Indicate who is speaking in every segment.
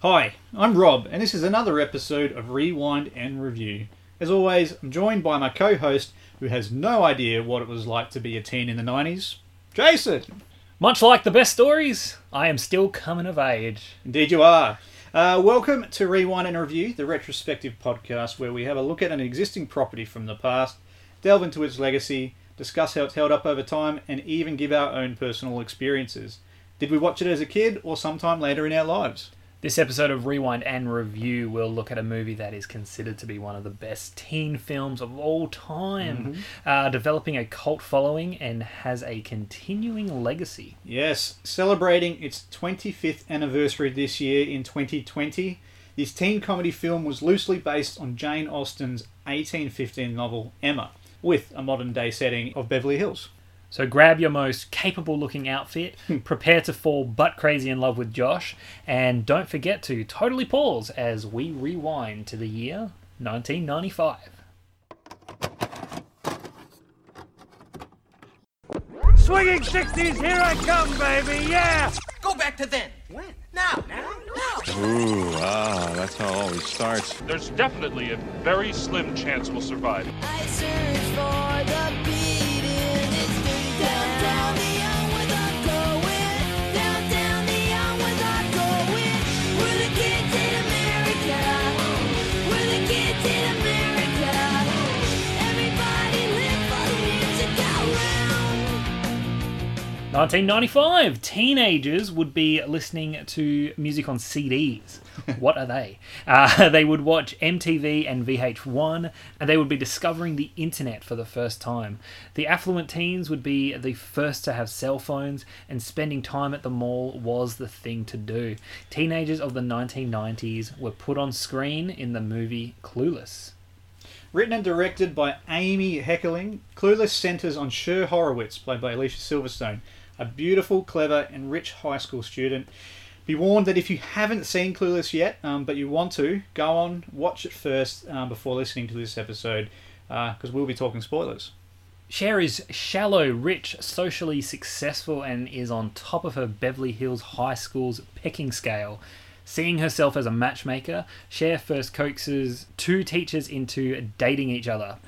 Speaker 1: Hi, I'm Rob, and this is another episode of Rewind and Review. As always, I'm joined by my co host who has no idea what it was like to be a teen in the 90s, Jason.
Speaker 2: Much like the best stories, I am still coming of age.
Speaker 1: Indeed, you are. Uh, welcome to Rewind and Review, the retrospective podcast where we have a look at an existing property from the past, delve into its legacy, discuss how it's held up over time, and even give our own personal experiences. Did we watch it as a kid or sometime later in our lives?
Speaker 2: This episode of Rewind and Review will look at a movie that is considered to be one of the best teen films of all time, uh, developing a cult following and has a continuing legacy.
Speaker 1: Yes, celebrating its 25th anniversary this year in 2020, this teen comedy film was loosely based on Jane Austen's 1815 novel Emma, with a modern day setting of Beverly Hills.
Speaker 2: So grab your most capable looking outfit, prepare to fall butt crazy in love with Josh, and don't forget to totally pause as we rewind to the year 1995.
Speaker 3: Swinging 60s, here I come, baby, yeah!
Speaker 4: Go back to then. When? Now. Now? Now.
Speaker 5: Ooh, ah, that's how it always starts.
Speaker 6: There's definitely a very slim chance we'll survive.
Speaker 7: I search for the beating instinct down, down the young without going, down, down the young without going. We're the kids in America. We're the kids in America. Everybody live for the music all round.
Speaker 2: 1995 teenagers would be listening to music on cds what are they uh, they would watch mtv and vh1 and they would be discovering the internet for the first time the affluent teens would be the first to have cell phones and spending time at the mall was the thing to do teenagers of the 1990s were put on screen in the movie clueless
Speaker 1: Written and directed by Amy Heckerling, Clueless centres on Sher Horowitz, played by Alicia Silverstone, a beautiful, clever, and rich high school student. Be warned that if you haven't seen Clueless yet, um, but you want to, go on, watch it first um, before listening to this episode, because we'll be talking spoilers.
Speaker 2: Cher is shallow, rich, socially successful, and is on top of her Beverly Hills High School's pecking scale. Seeing herself as a matchmaker, Cher first coaxes two teachers into dating each other.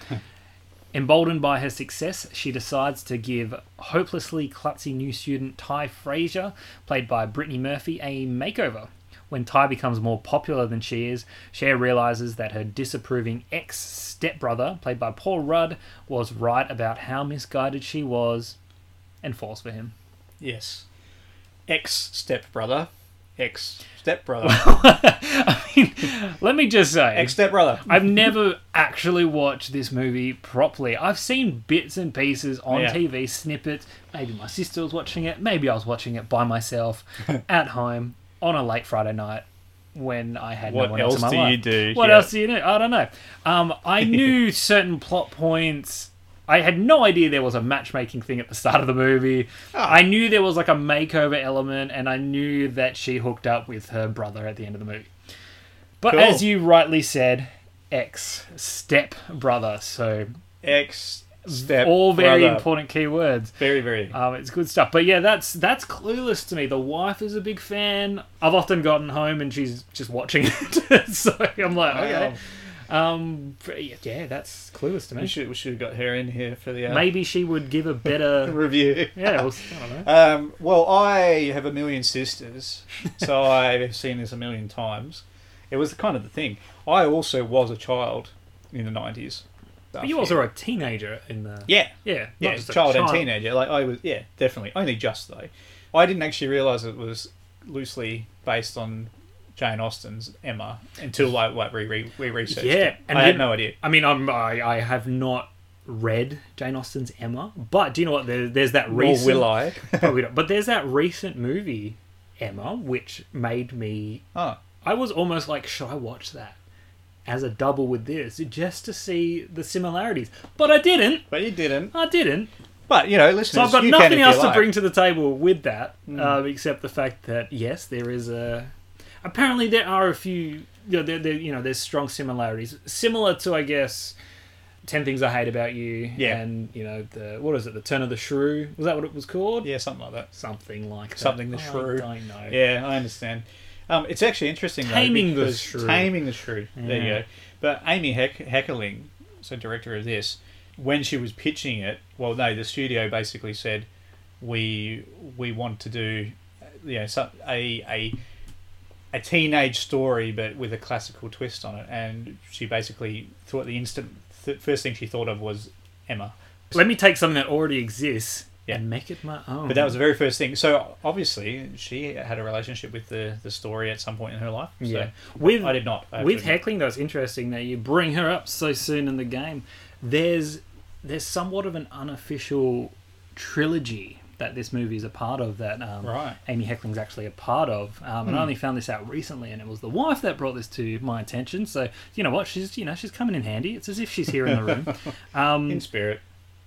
Speaker 2: Emboldened by her success, she decides to give hopelessly klutzy new student Ty Frazier, played by Brittany Murphy, a makeover. When Ty becomes more popular than she is, Cher realizes that her disapproving ex stepbrother, played by Paul Rudd, was right about how misguided she was and falls for him.
Speaker 1: Yes. Ex stepbrother. Ex stepbrother.
Speaker 2: I mean, let me just say.
Speaker 1: Ex stepbrother.
Speaker 2: I've never actually watched this movie properly. I've seen bits and pieces on
Speaker 1: Yeah.
Speaker 2: TV, snippets. Maybe my sister was watching it. Maybe I was watching it by myself at home on a late Friday night when I had
Speaker 1: What
Speaker 2: no one
Speaker 1: else
Speaker 2: else in my
Speaker 1: do you
Speaker 2: life.
Speaker 1: do?
Speaker 2: What
Speaker 1: Yeah.
Speaker 2: else do you do? I don't know. Um, I knew certain plot points. I had no idea there was a matchmaking thing at the start of the movie.
Speaker 1: Ah.
Speaker 2: I knew there was like a makeover element, and I knew that she hooked up with her brother at the end of the movie. But
Speaker 1: Cool.
Speaker 2: as you rightly said, ex step brother. So
Speaker 1: Ex stepbrother.
Speaker 2: all very important keywords.
Speaker 1: Very, very.
Speaker 2: Um, it's good stuff. But yeah, that's that's clueless to me. The wife is a big fan. I've often gotten home and she's just watching it, so I'm like, okay. Um, but yeah, yeah, that's clueless to
Speaker 1: We
Speaker 2: me.
Speaker 1: should, we should have got her in here for the uh,
Speaker 2: Maybe she would give a better.
Speaker 1: review.
Speaker 2: yeah, we'll, I don't know.
Speaker 1: Um, well, I have a million sisters, so I've seen this a million times. It was kind of the thing. I also was a child in the nineties.
Speaker 2: But you also are a teenager in the
Speaker 1: yeah,
Speaker 2: yeah not
Speaker 1: yeah,
Speaker 2: just a
Speaker 1: child, and teenager. Like I was, yeah, definitely. Only just though. I didn't actually realize it was loosely based on Jane Austen's Emma until like like we re, we researched.
Speaker 2: Yeah,
Speaker 1: it. I had no idea.
Speaker 2: I mean, I'm, I I have not read Jane Austen's Emma, but do you know what? There, there's that
Speaker 1: Nor
Speaker 2: recent.
Speaker 1: will I.
Speaker 2: probably not. But there's that recent movie Emma, which made me.
Speaker 1: oh,
Speaker 2: I was almost like, should I watch that as a double with this, just to see the similarities? But I didn't.
Speaker 1: but you didn't.
Speaker 2: I didn't.
Speaker 1: But you know, listen.
Speaker 2: So I've got
Speaker 1: you can if
Speaker 2: nothing
Speaker 1: you
Speaker 2: else to
Speaker 1: like. Mm.
Speaker 2: bring to the table with that, um, except the fact that yes, there is a. Apparently, there are a few. You know, there, there, you know, there's strong similarities, similar to I guess. Ten Things I Hate About You,
Speaker 1: Yeah.
Speaker 2: and you know the what is it, the Turn of the Shrew? Was that what it was called?
Speaker 1: Yeah, something like that.
Speaker 2: something like that. Oh,
Speaker 1: Something the
Speaker 2: I
Speaker 1: Shrew.
Speaker 2: don't know.
Speaker 1: Yeah, I understand. Um, it's actually interesting though.
Speaker 2: Taming the
Speaker 1: because-
Speaker 2: Shrew.
Speaker 1: Taming the shrew. There you
Speaker 2: Yeah.
Speaker 1: go. But Amy Heck- Heckling, so director of this, when she was pitching it, well, no, the studio basically said, we we want to do, uh, you know, some, a a a teenage story but with a classical twist on it. And she basically thought the instant th- first thing she thought of was Emma.
Speaker 2: Let me take something that already exists
Speaker 1: Yeah.
Speaker 2: and make it my own.
Speaker 1: But that was the very first thing. So obviously, she had a relationship with the, the story at some point in her life. So
Speaker 2: yeah. With
Speaker 1: I did not. I have
Speaker 2: with
Speaker 1: to admit.
Speaker 2: heckling though, it's interesting that you bring her up so soon in the game. There's there's somewhat of an unofficial trilogy that this movie is a part of that um,
Speaker 1: Right. Hmm.
Speaker 2: Amy Heckling's actually a part of. Um, and I only found this out recently, and it was the wife that brought this to my attention. So you know what? She's you know she's coming in handy. It's as if she's here in the room.
Speaker 1: in spirit.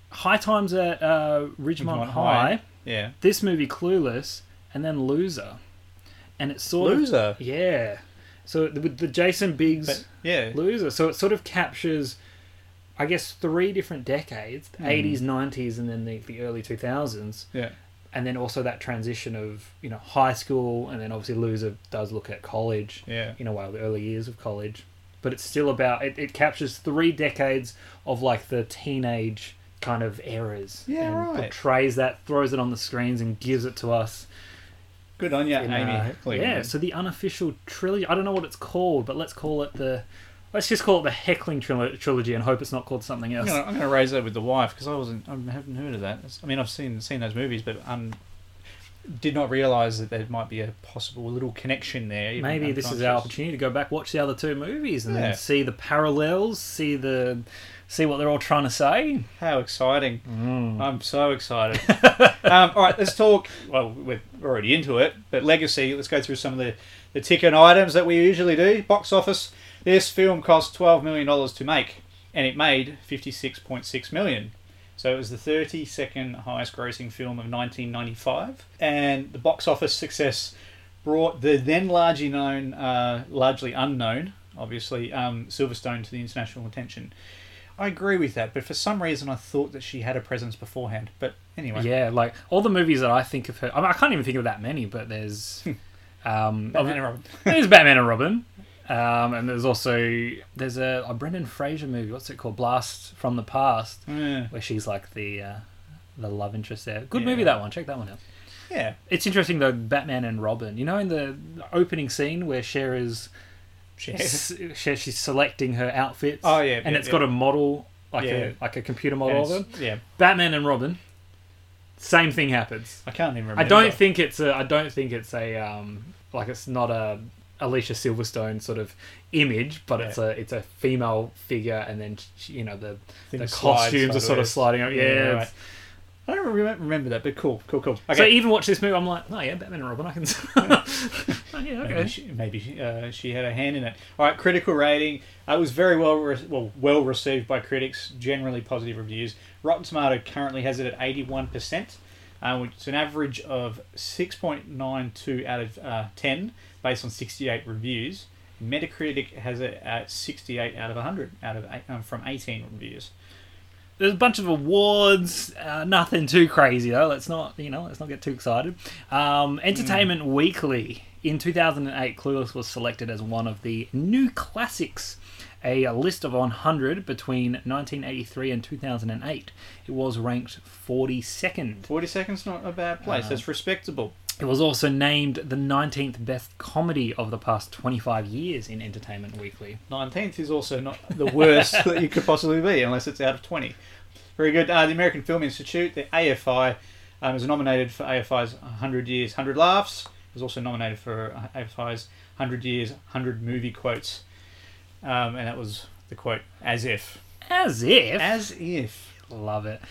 Speaker 2: High times at uh, Ridgemont,
Speaker 1: Ridgemont
Speaker 2: High.
Speaker 1: High. Yeah.
Speaker 2: This movie, Clueless, and then Loser, and it's sort of
Speaker 1: Loser.
Speaker 2: yeah. So the, with the Jason Biggs
Speaker 1: But, yeah.
Speaker 2: loser. So it sort of captures, I guess, three different decades:
Speaker 1: Hmm.
Speaker 2: the eighties, nineties, and then the, the early two thousands,
Speaker 1: Yeah.
Speaker 2: and then also that transition of you know high school, and then obviously loser does look at college,
Speaker 1: Yeah.
Speaker 2: in a way, the early years of college. But it's still about it, it captures three decades of like the teenage kind of eras,
Speaker 1: Yeah,
Speaker 2: and
Speaker 1: right.
Speaker 2: portrays that, throws it on the screens, and gives it to us
Speaker 1: Good on you,
Speaker 2: in,
Speaker 1: Amy.
Speaker 2: uh,
Speaker 1: Heckling.
Speaker 2: yeah, so the unofficial trilogy. I don't know what it's called, but let's call it the. Let's just call it the heckling trilo- trilogy and hope it's not called something
Speaker 1: I'm
Speaker 2: else.
Speaker 1: gonna, I'm gonna raise that with the wife because I wasn't. I haven't heard of that. It's- I mean, I've seen seen those movies, but um, did not realize that there might be a possible little connection there. even
Speaker 2: Maybe this is our
Speaker 1: unconscious.
Speaker 2: opportunity to go back, watch the other two movies, and
Speaker 1: Yeah.
Speaker 2: then see the parallels, see the, see what they're all trying to say.
Speaker 1: How exciting! I'm so excited. um, all right, let's talk. Well, we're already into it, but legacy. Let's go through some of the the ticking items that we usually do. Box office. This film cost twelve million dollars to make, and it made fifty six point six million. So it was the thirty second highest grossing film of nineteen ninety five, and the box office success brought the then largely known, uh, largely unknown, obviously, um, Silverstone to the international attention. I agree with that, but for some reason I thought that she had a presence beforehand. But anyway,
Speaker 2: Yeah, like all the movies that I think of her. I, mean, I can't even think of that many, but there's, um,
Speaker 1: Batman and Robin.
Speaker 2: there's Batman and Robin, um, and there's also there's a, a Brendan Fraser movie. What's it called? Blast from the Past.
Speaker 1: Oh, Yeah.
Speaker 2: where she's like the uh, the love interest there. Good
Speaker 1: Yeah.
Speaker 2: movie that one. Check that one out.
Speaker 1: yeah,
Speaker 2: It's interesting though. Batman and Robin. You know, in the opening scene where Cher is
Speaker 1: she
Speaker 2: s- Cher, she's selecting her outfits.
Speaker 1: Oh, yeah,
Speaker 2: and
Speaker 1: yeah,
Speaker 2: it's got
Speaker 1: yeah.
Speaker 2: a model like
Speaker 1: Yeah.
Speaker 2: a like a computer model
Speaker 1: And
Speaker 2: of them.
Speaker 1: it's- Yeah,
Speaker 2: Batman and Robin. Same thing happens.
Speaker 1: I can't even remember.
Speaker 2: I don't think it's a. I don't think it's a. Um, like it's not a Alicia Silverstone sort of image, but it's
Speaker 1: Yeah.
Speaker 2: a it's a female figure, and then she, you know the
Speaker 1: Thing
Speaker 2: the
Speaker 1: slides
Speaker 2: costumes are sort of
Speaker 1: sideways.
Speaker 2: sliding up. Yeah, it's-
Speaker 1: right. I don't remember, remember that, but cool, cool, cool. Okay.
Speaker 2: So even watch this movie, I'm like, oh yeah, Batman and Robin, I can. oh, yeah,
Speaker 1: Maybe
Speaker 2: okay.
Speaker 1: she, maybe she, uh, she had a hand in it. All right, critical rating. Uh, it was very well, re- well, well received by critics. Generally positive reviews. Rotten Tomato currently has it at eighty-one percent, uh, which is an average of six point nine two out of uh, ten, based on sixty-eight reviews. Metacritic has it at sixty-eight out of hundred out of eight, um, from eighteen reviews.
Speaker 2: There's a bunch of awards. Uh, nothing too crazy though. Let's not, you know, let's not get too excited. Um, Entertainment Weekly in 2008, Clueless was selected as one of the new classics. A a list of 100 between 1983 and 2008. It was ranked 42nd.
Speaker 1: Forty seconds not a bad place. That's respectable.
Speaker 2: It was also named the 19th best comedy of the past 25 years in Entertainment Weekly.
Speaker 1: Nineteenth is also not the worst that you could possibly be, unless it's out of twenty. Very good. Uh, the American Film Institute, the AFI, um, was nominated for AFI's 100 Years, 100 Laughs. It was also nominated for uh, AFI's 100 Years, 100 Movie Quotes, um, and that was the quote: "As if."
Speaker 2: As if.
Speaker 1: As if.
Speaker 2: Love it.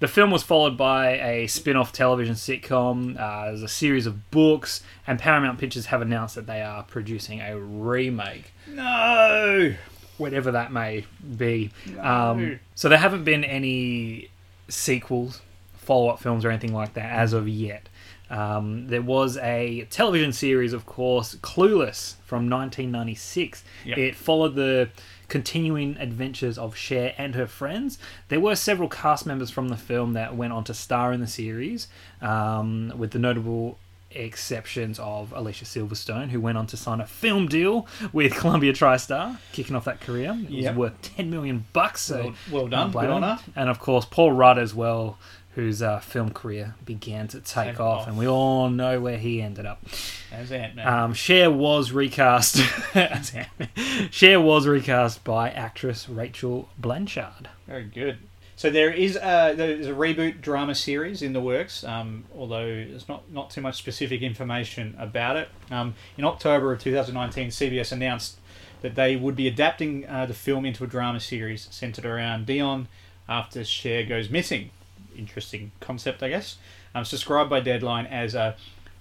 Speaker 2: The film was followed by a spin off television sitcom, uh, there's a series of books, and Paramount Pictures have announced that they are producing a remake,
Speaker 1: No.
Speaker 2: whatever that may be. Um, so there haven't been any sequels, follow up films, or anything like that as of yet. Um, there was a television series, of course, Clueless from 1996.
Speaker 1: Yep.
Speaker 2: It followed the continuing adventures of Cher and her friends. There were several cast members from the film that went on to star in the series, um, with the notable exceptions of Alicia Silverstone, who went on to sign a film deal with Columbia TriStar, kicking off that career. It
Speaker 1: Yep.
Speaker 2: was worth ten million bucks. So
Speaker 1: Well- well
Speaker 2: can't
Speaker 1: done.
Speaker 2: blame
Speaker 1: Good on
Speaker 2: her.
Speaker 1: her.
Speaker 2: And of course, Paul Rudd as well, whose uh, film career began to take
Speaker 1: Take
Speaker 2: off,
Speaker 1: off.
Speaker 2: and we all know where he ended up.
Speaker 1: as Ant Man.
Speaker 2: Um, Cher was recast. Cher was recast by actress Rachel Blanchard.
Speaker 1: Very good. So there is a there's a reboot drama series in the works, um, although there's not not too much specific information about it. Um, in October of 2019, CBS announced that they would be adapting uh, the film into a drama series centered around Dion after Cher goes missing. Interesting concept, I guess. Um, it's described by Deadline as a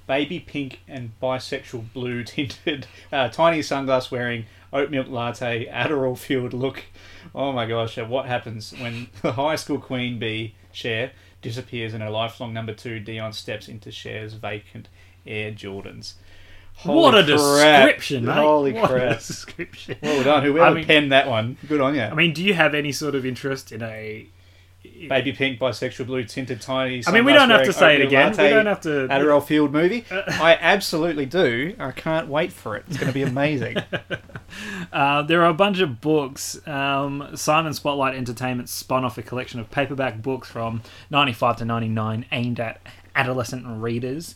Speaker 1: baby pink and bisexual blue tinted, uh, tiny sunglass wearing, oat milk latte, Adderall fueled look. Oh my gosh, uh, what happens when the high school queen bee, Cher, disappears and her lifelong number two, Dion, steps into Cher's vacant Air Jordans? Holy
Speaker 2: what a
Speaker 1: crap.
Speaker 2: description, mate.
Speaker 1: Holy
Speaker 2: What a
Speaker 1: crap.
Speaker 2: description.
Speaker 1: Well done, whoever
Speaker 2: I mean-
Speaker 1: penned that one. Good on you.
Speaker 2: I mean, do you have any sort of interest in a?
Speaker 1: baby pink, bisexual, blue tinted, tiny.
Speaker 2: I mean, we
Speaker 1: sunglass
Speaker 2: don't have
Speaker 1: wearing,
Speaker 2: to say it
Speaker 1: oatmeal
Speaker 2: again. We
Speaker 1: latte,
Speaker 2: don't have to- Uh,
Speaker 1: Adderall Field movie. I absolutely do. I can't wait for it. It's going to be amazing.
Speaker 2: Uh, there are a bunch of books. Um, Simon Spotlight Entertainment spun off a collection of paperback books from '95 to '99 aimed at adolescent readers.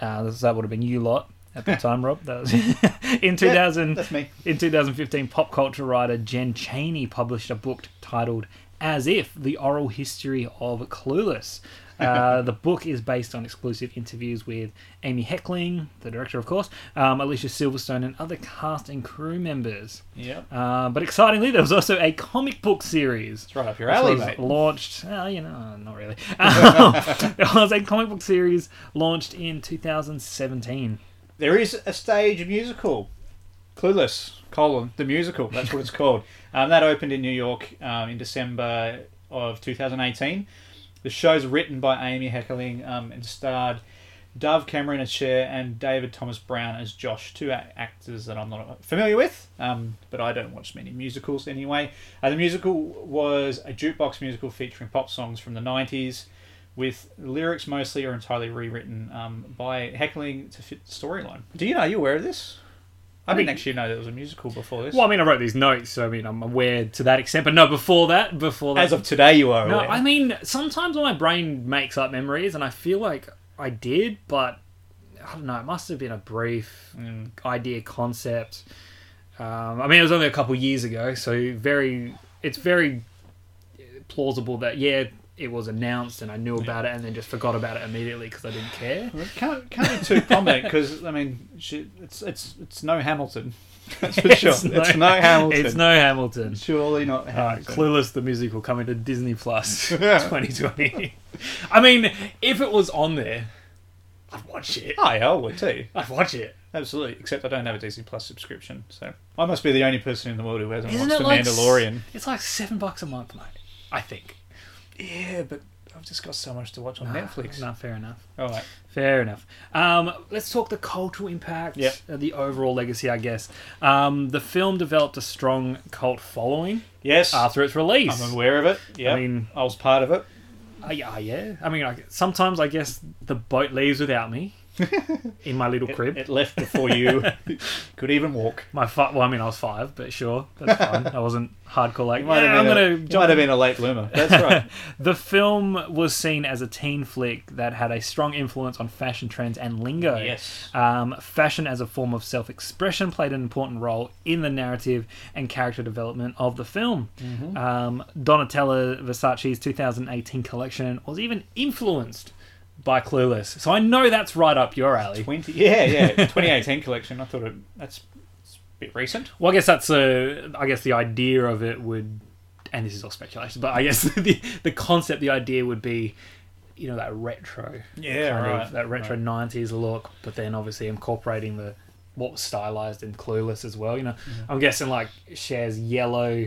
Speaker 2: Uh, that would have been you lot at the time, Rob. That was in 2000.
Speaker 1: that's me.
Speaker 2: In 2015, pop culture writer Jen Cheney published a book titled As If The Oral History of Clueless. Uh, the book is based on exclusive interviews with Amy Heckling, the director, of course, um, Alicia Silverstone, and other cast and crew members.
Speaker 1: yep.
Speaker 2: Uh, but excitingly, there was also a comic book series.
Speaker 1: It's right up your
Speaker 2: Which
Speaker 1: alley,
Speaker 2: was
Speaker 1: mate.
Speaker 2: Launched, well, you know, uh, not really. Um, it was a comic book series launched in 2017.
Speaker 1: There is a stage musical, Clueless: colon, the musical. That's what it's called. Um, that opened in New York um, in December of 2018. The show's written by Amy Heckling um, and starred Dove Cameron as Cher and David Thomas Brown as Josh, two a- actors that I'm not familiar with, um, but I don't watch many musicals anyway. Uh, the musical was a jukebox musical featuring pop songs from the 90s, with lyrics mostly or entirely rewritten um, by heckling to fit the storyline. Do you know, are you aware of this? I didn't
Speaker 2: Pretty-
Speaker 1: actually know there was a musical before this.
Speaker 2: Well, I mean, I wrote these notes, so I mean, I'm aware to that extent. But no, before that, before that,
Speaker 1: As of today, you are
Speaker 2: no,
Speaker 1: aware.
Speaker 2: I mean, sometimes my brain makes up memories, and I feel like I did, but I don't know. It must have been a brief idea concept. Um, I mean, it was only a couple years ago, so very. It's very plausible that yeah, it was announced, and I knew about it, and then just forgot about it immediately because I didn't care.
Speaker 1: Well, it can't can't be too prominent because I mean, she, it's it's it's no Hamilton. That's for sure. It's no, Hamilton.
Speaker 2: It's no Hamilton.
Speaker 1: surely not Hamilton.
Speaker 2: Clueless the musical coming to Disney Plus
Speaker 1: Yeah.
Speaker 2: 2020. I mean, if it was on there, I'd watch it.
Speaker 1: Oh, yeah, I would too.
Speaker 2: I'd watch it.
Speaker 1: Absolutely. Except I don't have a Disney Plus subscription, so I must be the only person in the world who hasn't
Speaker 2: Isn't
Speaker 1: watched
Speaker 2: it
Speaker 1: The
Speaker 2: like
Speaker 1: Mandalorian.
Speaker 2: It's like seven bucks a month, mate. I think.
Speaker 1: Yeah, but I've just got so much to watch on Netflix.
Speaker 2: Not fair enough.
Speaker 1: All right.
Speaker 2: Fair enough. Um, let's talk the cultural impact,
Speaker 1: Yep.
Speaker 2: uh, the overall legacy, I guess. Um, the film developed a strong cult following
Speaker 1: Yes,
Speaker 2: after its release.
Speaker 1: I'm aware of it. Yeah, I
Speaker 2: Ah, mean-
Speaker 1: was part of it.
Speaker 2: Uh, yeah, yeah. I mean, like, sometimes I guess the boat leaves without me in my little crib.
Speaker 1: It left before you could even walk.
Speaker 2: My fi- well, I mean, I was five, but sure, that's fine. I wasn't hardcore like.
Speaker 1: You might,
Speaker 2: "Yeah,
Speaker 1: have,
Speaker 2: I'm
Speaker 1: been a-
Speaker 2: gonna
Speaker 1: you
Speaker 2: jump
Speaker 1: might have been a late bloomer. That's right.
Speaker 2: the film was seen as a teen flick that had a strong influence on fashion trends and lingo.
Speaker 1: Yes.
Speaker 2: Um, fashion as a form of self expression played an important role in the narrative and character development of the film. Um, Donatella Versace's 2018 collection was even influenced by Clueless. So I know that's right up your alley.
Speaker 1: 20, yeah, yeah. 2018 collection. I thought it, that's it's a bit recent.
Speaker 2: Well, I guess that's a. I guess the idea of it would, and this is all speculation, but I guess the the concept, the idea would be, you know, that retro.
Speaker 1: Yeah,
Speaker 2: kind
Speaker 1: right,
Speaker 2: that retro '90s look, but then obviously incorporating the what was stylized and clueless as well. You know,
Speaker 1: Mm-hmm.
Speaker 2: I'm guessing like shares yellow,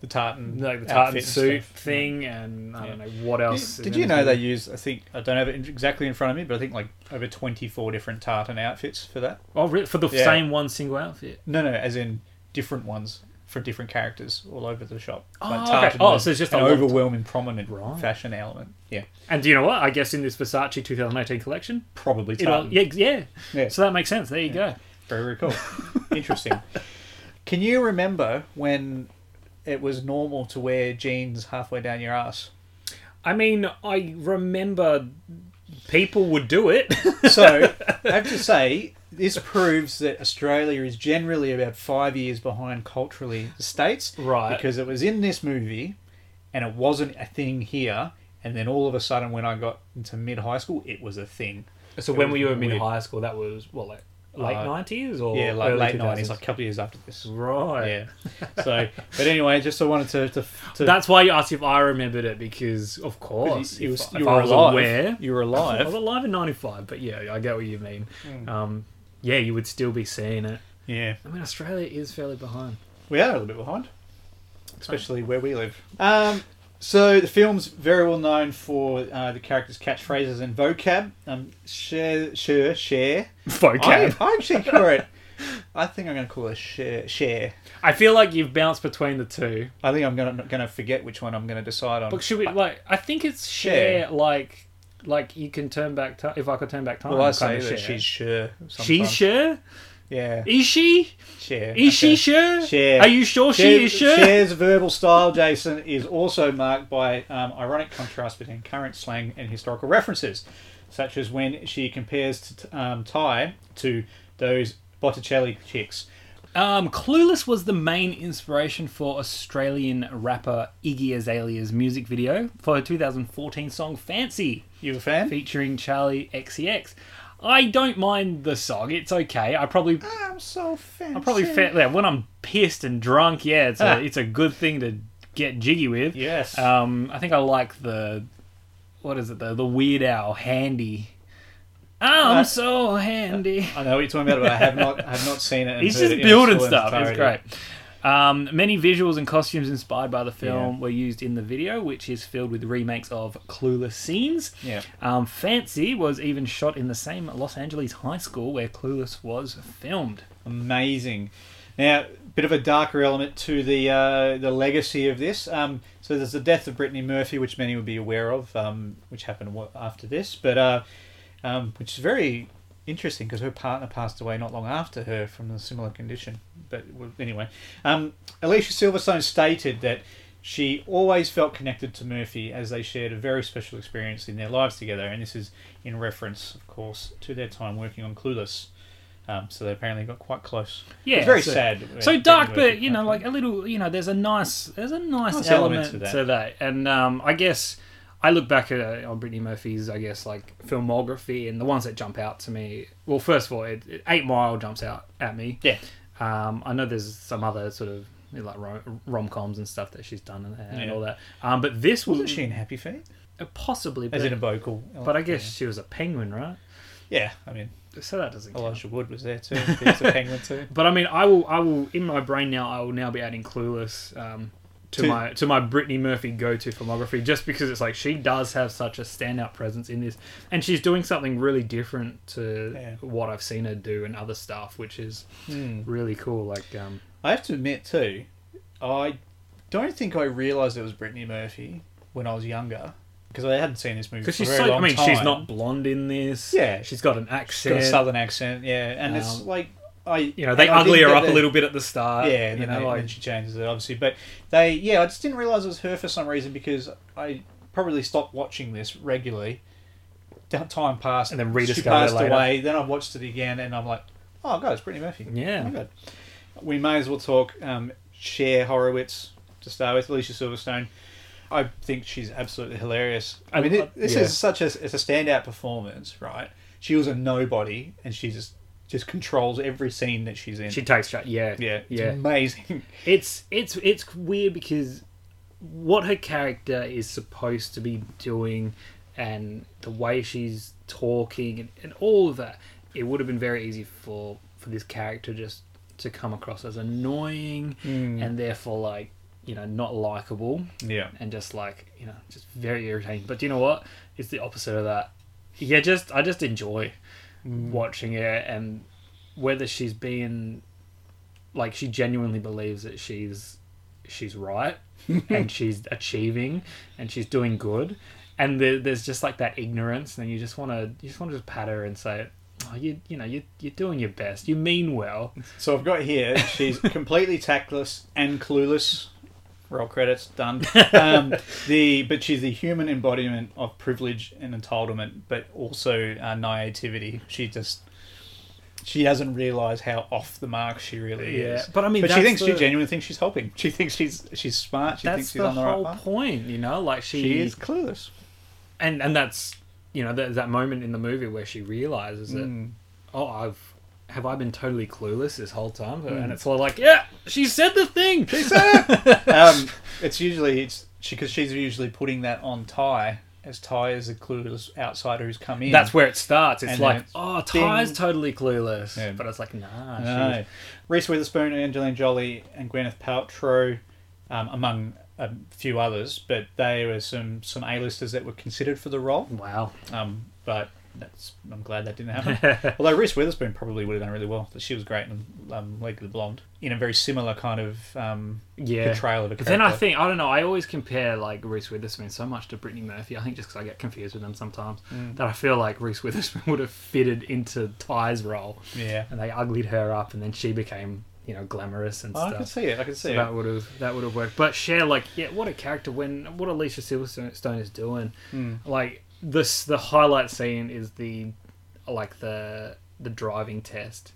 Speaker 1: The tartan,
Speaker 2: like the
Speaker 1: outfit
Speaker 2: tartan
Speaker 1: and
Speaker 2: suit
Speaker 1: stuff.
Speaker 2: thing, and I don't
Speaker 1: Yeah.
Speaker 2: know what else.
Speaker 1: Did
Speaker 2: And
Speaker 1: you know they
Speaker 2: everything.
Speaker 1: use? I think I don't have it in- exactly in front of me, but I think like over twenty-four different tartan outfits for that.
Speaker 2: Oh, really? for the
Speaker 1: Yeah.
Speaker 2: same one single outfit.
Speaker 1: No, no, as in different ones. for different characters all over the shop.
Speaker 2: Oh,
Speaker 1: Like,
Speaker 2: okay.
Speaker 1: tarted
Speaker 2: Oh,
Speaker 1: with
Speaker 2: so it's just
Speaker 1: an
Speaker 2: a lot.
Speaker 1: overwhelming prominent
Speaker 2: Right.
Speaker 1: fashion element. Yeah,
Speaker 2: And do you know what? I guess in this Versace 2018 collection,
Speaker 1: probably
Speaker 2: it'll,
Speaker 1: tartan.
Speaker 2: yeah, yeah,
Speaker 1: Yeah.
Speaker 2: So that makes sense. There you go.
Speaker 1: Very, very cool. Interesting. Can you remember when it was normal to wear jeans halfway down your ass?
Speaker 2: I mean, I remember people would do it.
Speaker 1: So, I have to say, this proves that Australia is generally about five years behind culturally the States.
Speaker 2: Right.
Speaker 1: Because it was in this movie and it wasn't a thing here. And then all of a sudden, when I got into mid high school, it was a thing.
Speaker 2: so
Speaker 1: It
Speaker 2: when
Speaker 1: was
Speaker 2: were you in
Speaker 1: weird.
Speaker 2: high school? That was what like late
Speaker 1: Uh,
Speaker 2: nineties or
Speaker 1: Yeah, like
Speaker 2: early
Speaker 1: late
Speaker 2: 2000s?
Speaker 1: 90s, like a couple of years after this.
Speaker 2: right.
Speaker 1: Yeah. So, but anyway, just I wanted to. to, to
Speaker 2: That's why you asked if I remembered it because, of course,
Speaker 1: you, you,
Speaker 2: if,
Speaker 1: was-
Speaker 2: if
Speaker 1: you
Speaker 2: I
Speaker 1: were
Speaker 2: was
Speaker 1: alive.
Speaker 2: aware,
Speaker 1: You were
Speaker 2: I
Speaker 1: alive.
Speaker 2: was alive in '95, but yeah, I get what you mean. Um, yeah, you would still be seeing it.
Speaker 1: Yeah.
Speaker 2: I mean, Australia is fairly behind.
Speaker 1: We are a little bit behind, especially where we live. Um, so the film's very well known for uh, the characters' catchphrases and vocab. Um, share, share, share. I,
Speaker 2: Vocab.
Speaker 1: I actually call it. I think I'm going to call it share. Share.
Speaker 2: I feel like you've bounced between the two.
Speaker 1: I think I'm going to going to forget which one I'm going to decide on.
Speaker 2: But should we like? I think it's share.
Speaker 1: Share.
Speaker 2: Like, like you can turn back time. If I could turn back time,
Speaker 1: well, I
Speaker 2: kind
Speaker 1: say
Speaker 2: of
Speaker 1: that
Speaker 2: share.
Speaker 1: she's sure.
Speaker 2: She's share.
Speaker 1: Yeah.
Speaker 2: Is she?
Speaker 1: Share.
Speaker 2: Is she
Speaker 1: okay.
Speaker 2: sure?
Speaker 1: Share.
Speaker 2: Are you sure she is sure?
Speaker 1: Cher's verbal style, Jason, is also marked by um, ironic contrast between current slang and historical references, such as when she compares t- um, Ty to those Botticelli chicks.
Speaker 2: Um, Clueless was the main inspiration for Australian rapper Iggy Azalea's music video for her 2014 song Fancy,
Speaker 1: You a fan?
Speaker 2: featuring Charlie XCX. I don't mind the song; it's okay. I probably,
Speaker 1: I'm so fancy.
Speaker 2: I probably fa- yeah, when I'm pissed and drunk, yeah, it's a,
Speaker 1: Ah.
Speaker 2: it's a good thing to get jiggy with.
Speaker 1: Yes.
Speaker 2: Um, I think I like the, what is it? The the Weird Owl Handy. Ah, I'm
Speaker 1: Uh,
Speaker 2: so handy.
Speaker 1: I know what you're talking about, but I have not, I have not seen it. Uh, and
Speaker 2: He's
Speaker 1: heard
Speaker 2: just
Speaker 1: it in
Speaker 2: building
Speaker 1: its full
Speaker 2: stuff. It's
Speaker 1: entirety.
Speaker 2: great. Um, many visuals and costumes inspired by the film were used in the video, which is filled with remakes of clueless scenes.
Speaker 1: Yeah.
Speaker 2: Um, Fancy was even shot in the same Los Angeles high school where Clueless was filmed.
Speaker 1: Amazing. Now, bit of a darker element to the uh, the legacy of this. Um, so there's the death of Brittany Murphy, which many would be aware of, um, which happened wa- after this, but uh, um, which is very interesting because her partner passed away not long after her from a similar condition. But well, anyway, um, Alicia Silverstone stated that she always felt connected to Murphy as they shared a very special experience in their lives together, and this is in reference, of course, to their time working on Clueless. Um, so they apparently got quite close.
Speaker 2: Yeah,
Speaker 1: it's very
Speaker 2: so-
Speaker 1: sad.
Speaker 2: So
Speaker 1: when
Speaker 2: dark,
Speaker 1: Brittany
Speaker 2: but you know,
Speaker 1: Murphy-
Speaker 2: like a little, you know, there's a nice, there's a nice,
Speaker 1: Nice
Speaker 2: element,
Speaker 1: element
Speaker 2: to,
Speaker 1: to
Speaker 2: that.
Speaker 1: that.
Speaker 2: And um, I guess I look back at uh, on Brittany Murphy's, I guess, like filmography, and the ones that jump out to me. Well, first of all, it, it- Eight Mile jumps out at me.
Speaker 1: yeah,
Speaker 2: Um, I know there's some other sort of you know, like rom coms and stuff that she's done and, and
Speaker 1: Yeah.
Speaker 2: all that. Um, but this was
Speaker 1: wasn't she in Happy Feet?
Speaker 2: possibly, but,
Speaker 1: As in a vocal. element,
Speaker 2: but I guess she was a penguin, right?
Speaker 1: yeah. Yeah, I mean,
Speaker 2: So that doesn't. Count.
Speaker 1: Elijah Wood was there too. He was a penguin too.
Speaker 2: But I mean, I will, I will, in my brain now, I will now be adding Clueless um, to,
Speaker 1: To-
Speaker 2: my to my Brittany Murphy go to filmography, just because it's like she does have such a standout presence in this, and she's doing something really different to
Speaker 1: Yeah. Hmm.
Speaker 2: what I've seen her do and other stuff, which is really cool. Like, um,
Speaker 1: I have to admit too, I don't think I realised it was Brittany Murphy when I was younger because I hadn't seen this movie for
Speaker 2: because she's
Speaker 1: a very
Speaker 2: so, I
Speaker 1: long
Speaker 2: mean, she's
Speaker 1: time.
Speaker 2: not blonde in this.
Speaker 1: Yeah.
Speaker 2: she's got an
Speaker 1: She's got
Speaker 2: accent.
Speaker 1: a southern accent, yeah, and it's
Speaker 2: Um,
Speaker 1: like I
Speaker 2: you know, they
Speaker 1: and I
Speaker 2: ugly
Speaker 1: didn't
Speaker 2: her
Speaker 1: get
Speaker 2: up a
Speaker 1: the-
Speaker 2: little bit at the start.
Speaker 1: Yeah, and
Speaker 2: you
Speaker 1: then,
Speaker 2: know,
Speaker 1: they-
Speaker 2: like
Speaker 1: then she changes it obviously, but they yeah, I just didn't realise it was her for some reason because I probably stopped watching this regularly. Da- Time passed,
Speaker 2: And then
Speaker 1: she
Speaker 2: rediscovered it
Speaker 1: passed
Speaker 2: later.
Speaker 1: away. Then I watched it again, and I'm like, oh god, it's Brittany Murphy.
Speaker 2: Yeah.
Speaker 1: my God. we may as well talk um, Cher Horowitz to start with, Alicia Silverstone. I think she's absolutely hilarious. I mean, it, this
Speaker 2: Yeah.
Speaker 1: is such a it's a standout performance, right? She was a nobody, and she just just controls every scene that she's in.
Speaker 2: she takes shot. Yeah,
Speaker 1: yeah, it's
Speaker 2: yeah.
Speaker 1: amazing.
Speaker 2: It's it's it's weird because what her character is supposed to be doing and the way she's talking and, and all of that, it would have been very easy for for this character just to come across as annoying and therefore like you know not likable
Speaker 1: Yeah.
Speaker 2: and just like you know just very irritating but do you know what it's the opposite of that yeah just i
Speaker 1: Mm.
Speaker 2: just enjoy watching her and whether she's being like she genuinely believes that she's she's right and she's achieving and she's doing good and there, there's just like that ignorance and you just want to you just want to just pat her and say oh, you you know you, you're doing your best you mean well
Speaker 1: So I've got here, she's completely tactless and clueless. Roll credits, done. Um, the but she's the human embodiment of privilege and entitlement, but also uh, naivety. She just she doesn't realize how off the mark she really
Speaker 2: Yeah,
Speaker 1: is.
Speaker 2: but I mean,
Speaker 1: but she
Speaker 2: that's
Speaker 1: thinks she
Speaker 2: the-
Speaker 1: genuinely thinks she's helping. She thinks she's she's smart. She
Speaker 2: that's
Speaker 1: thinks she's
Speaker 2: the
Speaker 1: on the
Speaker 2: whole
Speaker 1: right path.
Speaker 2: point you know like she,
Speaker 1: She is clueless.
Speaker 2: and and that's you know there's that moment in the movie where she realizes that
Speaker 1: Mm.
Speaker 2: oh I've have I been totally clueless this whole time
Speaker 1: Mm.
Speaker 2: and it's all like yeah she said the thing she said
Speaker 1: um, it's usually it's because she's usually putting that on Ty as Ty is a clueless outsider who's come in.
Speaker 2: that's where it starts it's
Speaker 1: And
Speaker 2: like
Speaker 1: then it's
Speaker 2: oh Ty's
Speaker 1: ding.
Speaker 2: totally clueless
Speaker 1: Yeah.
Speaker 2: but it's like nah
Speaker 1: No.
Speaker 2: she's
Speaker 1: Reese Witherspoon, Angelina Jolie, and Gwyneth Paltrow, um, among a few others, but they were some some A-listers that were considered for the role.
Speaker 2: wow
Speaker 1: Um, but that's I'm glad that didn't happen. Although Reese Witherspoon probably would have done really well. She was great in um, Legally Blonde in a very similar kind of um,
Speaker 2: yeah
Speaker 1: portrayal of a
Speaker 2: But
Speaker 1: character.
Speaker 2: then I think I don't know. I always compare like Reese Witherspoon so much to Brittany Murphy. I think just because I get confused with them sometimes,
Speaker 1: Mm.
Speaker 2: that I feel like Reese Witherspoon would have fitted into Ty's role,
Speaker 1: yeah,
Speaker 2: and they uglied her up, and then she became you know glamorous and
Speaker 1: Oh, I
Speaker 2: stuff.
Speaker 1: can see it. I can see
Speaker 2: So
Speaker 1: it.
Speaker 2: that would have that would have worked. But Cher, like, yeah, what a character! When what Alicia Silverstone is doing,
Speaker 1: Hmm.
Speaker 2: like this, the highlight scene is the like the the driving test,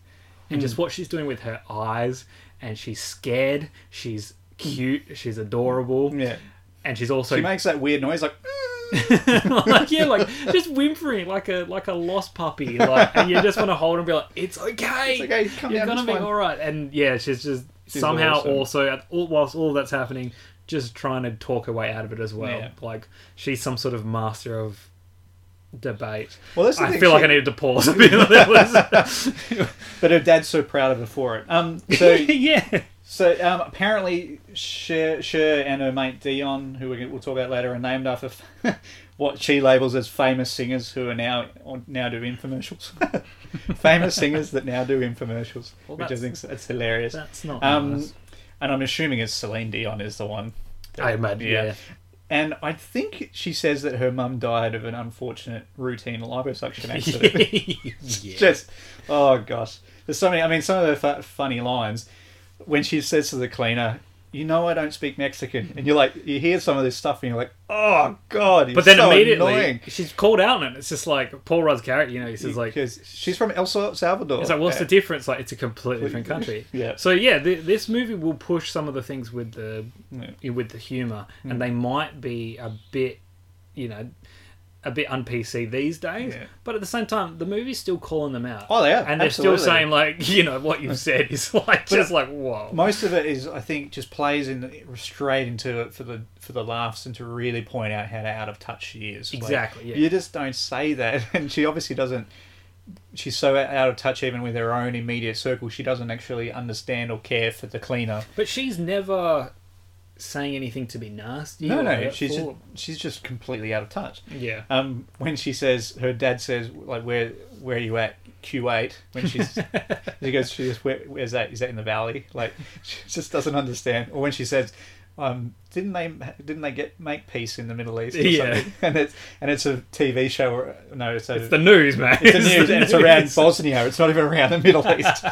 Speaker 2: and just
Speaker 1: Hmm.
Speaker 2: what she's doing with her eyes, and she's scared, she's cute, she's adorable,
Speaker 1: yeah,
Speaker 2: and she's also
Speaker 1: she makes that weird noise like. "Mm,"
Speaker 2: like yeah, like just whimpering like a like a lost puppy, like, and you just want to hold her and be like, "It's okay,
Speaker 1: It's okay, come
Speaker 2: you're
Speaker 1: down,
Speaker 2: gonna
Speaker 1: it's
Speaker 2: be
Speaker 1: fine."
Speaker 2: all right." And yeah, she's just somehow
Speaker 1: awesome.
Speaker 2: also at all, whilst all that's happening, just trying to talk her way out of it as well.
Speaker 1: Yeah.
Speaker 2: Like she's some sort of master of debate.
Speaker 1: Well, that's the
Speaker 2: I
Speaker 1: thing,
Speaker 2: feel like
Speaker 1: she-
Speaker 2: I needed to pause. a bit. That was-
Speaker 1: But her dad's so proud of her for it. Um, so
Speaker 2: yeah,
Speaker 1: So um, apparently, Cher, Cher and her mate Dion, who we- we'll talk about later, are named after f- what she labels as famous singers who are now on- now do infomercials. famous singers that now do infomercials,
Speaker 2: Well,
Speaker 1: which I
Speaker 2: that's-
Speaker 1: think that's hilarious.
Speaker 2: that's not.
Speaker 1: um,
Speaker 2: nice.
Speaker 1: and I'm assuming it's Celine Dion is the one.
Speaker 2: I imagine. Yeah.
Speaker 1: And I think she says that her mum died of an unfortunate routine liposuction accident.
Speaker 2: yeah.
Speaker 1: just oh gosh there's so many i mean some of the fu- funny lines when she says to the cleaner you know i don't speak mexican and you're like you hear some of this stuff and you're like oh god it's
Speaker 2: But then
Speaker 1: so
Speaker 2: immediately
Speaker 1: annoying.
Speaker 2: she's called out, and it's just like Paul Rudd's character. You know, he says like,
Speaker 1: Because she's from el salvador
Speaker 2: It's like, what's the
Speaker 1: Yeah.
Speaker 2: difference? Like, it's a completely different country.
Speaker 1: Yeah.
Speaker 2: So yeah, th- this movie will push some of the things with the with the humor,
Speaker 1: Mm.
Speaker 2: and they might be a bit, you know, a bit un PC these days.
Speaker 1: Yeah.
Speaker 2: But at the same time, the movie's still calling them out.
Speaker 1: Oh, they are,
Speaker 2: and they're still
Speaker 1: absolutely.
Speaker 2: saying like, you know, what you've said is like just like whoa.
Speaker 1: most of it is i think just plays in the, straight into it for the for the laughs and to really point out how out of touch she is Like,
Speaker 2: Exactly, yeah.
Speaker 1: you just don't say that and she obviously doesn't she's so out of touch even with her own immediate circle she doesn't actually understand or care for the cleaner
Speaker 2: but she's never saying anything to be nasty.
Speaker 1: no
Speaker 2: or
Speaker 1: no she's just,
Speaker 2: hurtful.
Speaker 1: she's just completely out of touch
Speaker 2: yeah.
Speaker 1: um, when she says her dad says like where where are you at Q eight when she's she goes she goes where, where's that is that in the valley like she just doesn't understand or when she says um, didn't they didn't they get make peace in the Middle East or
Speaker 2: Yeah.
Speaker 1: something? and it's and it's a TV show or no it's a
Speaker 2: it's the news, man.
Speaker 1: it's the news and it's around
Speaker 2: news.
Speaker 1: Bosnia it's not even around the Middle East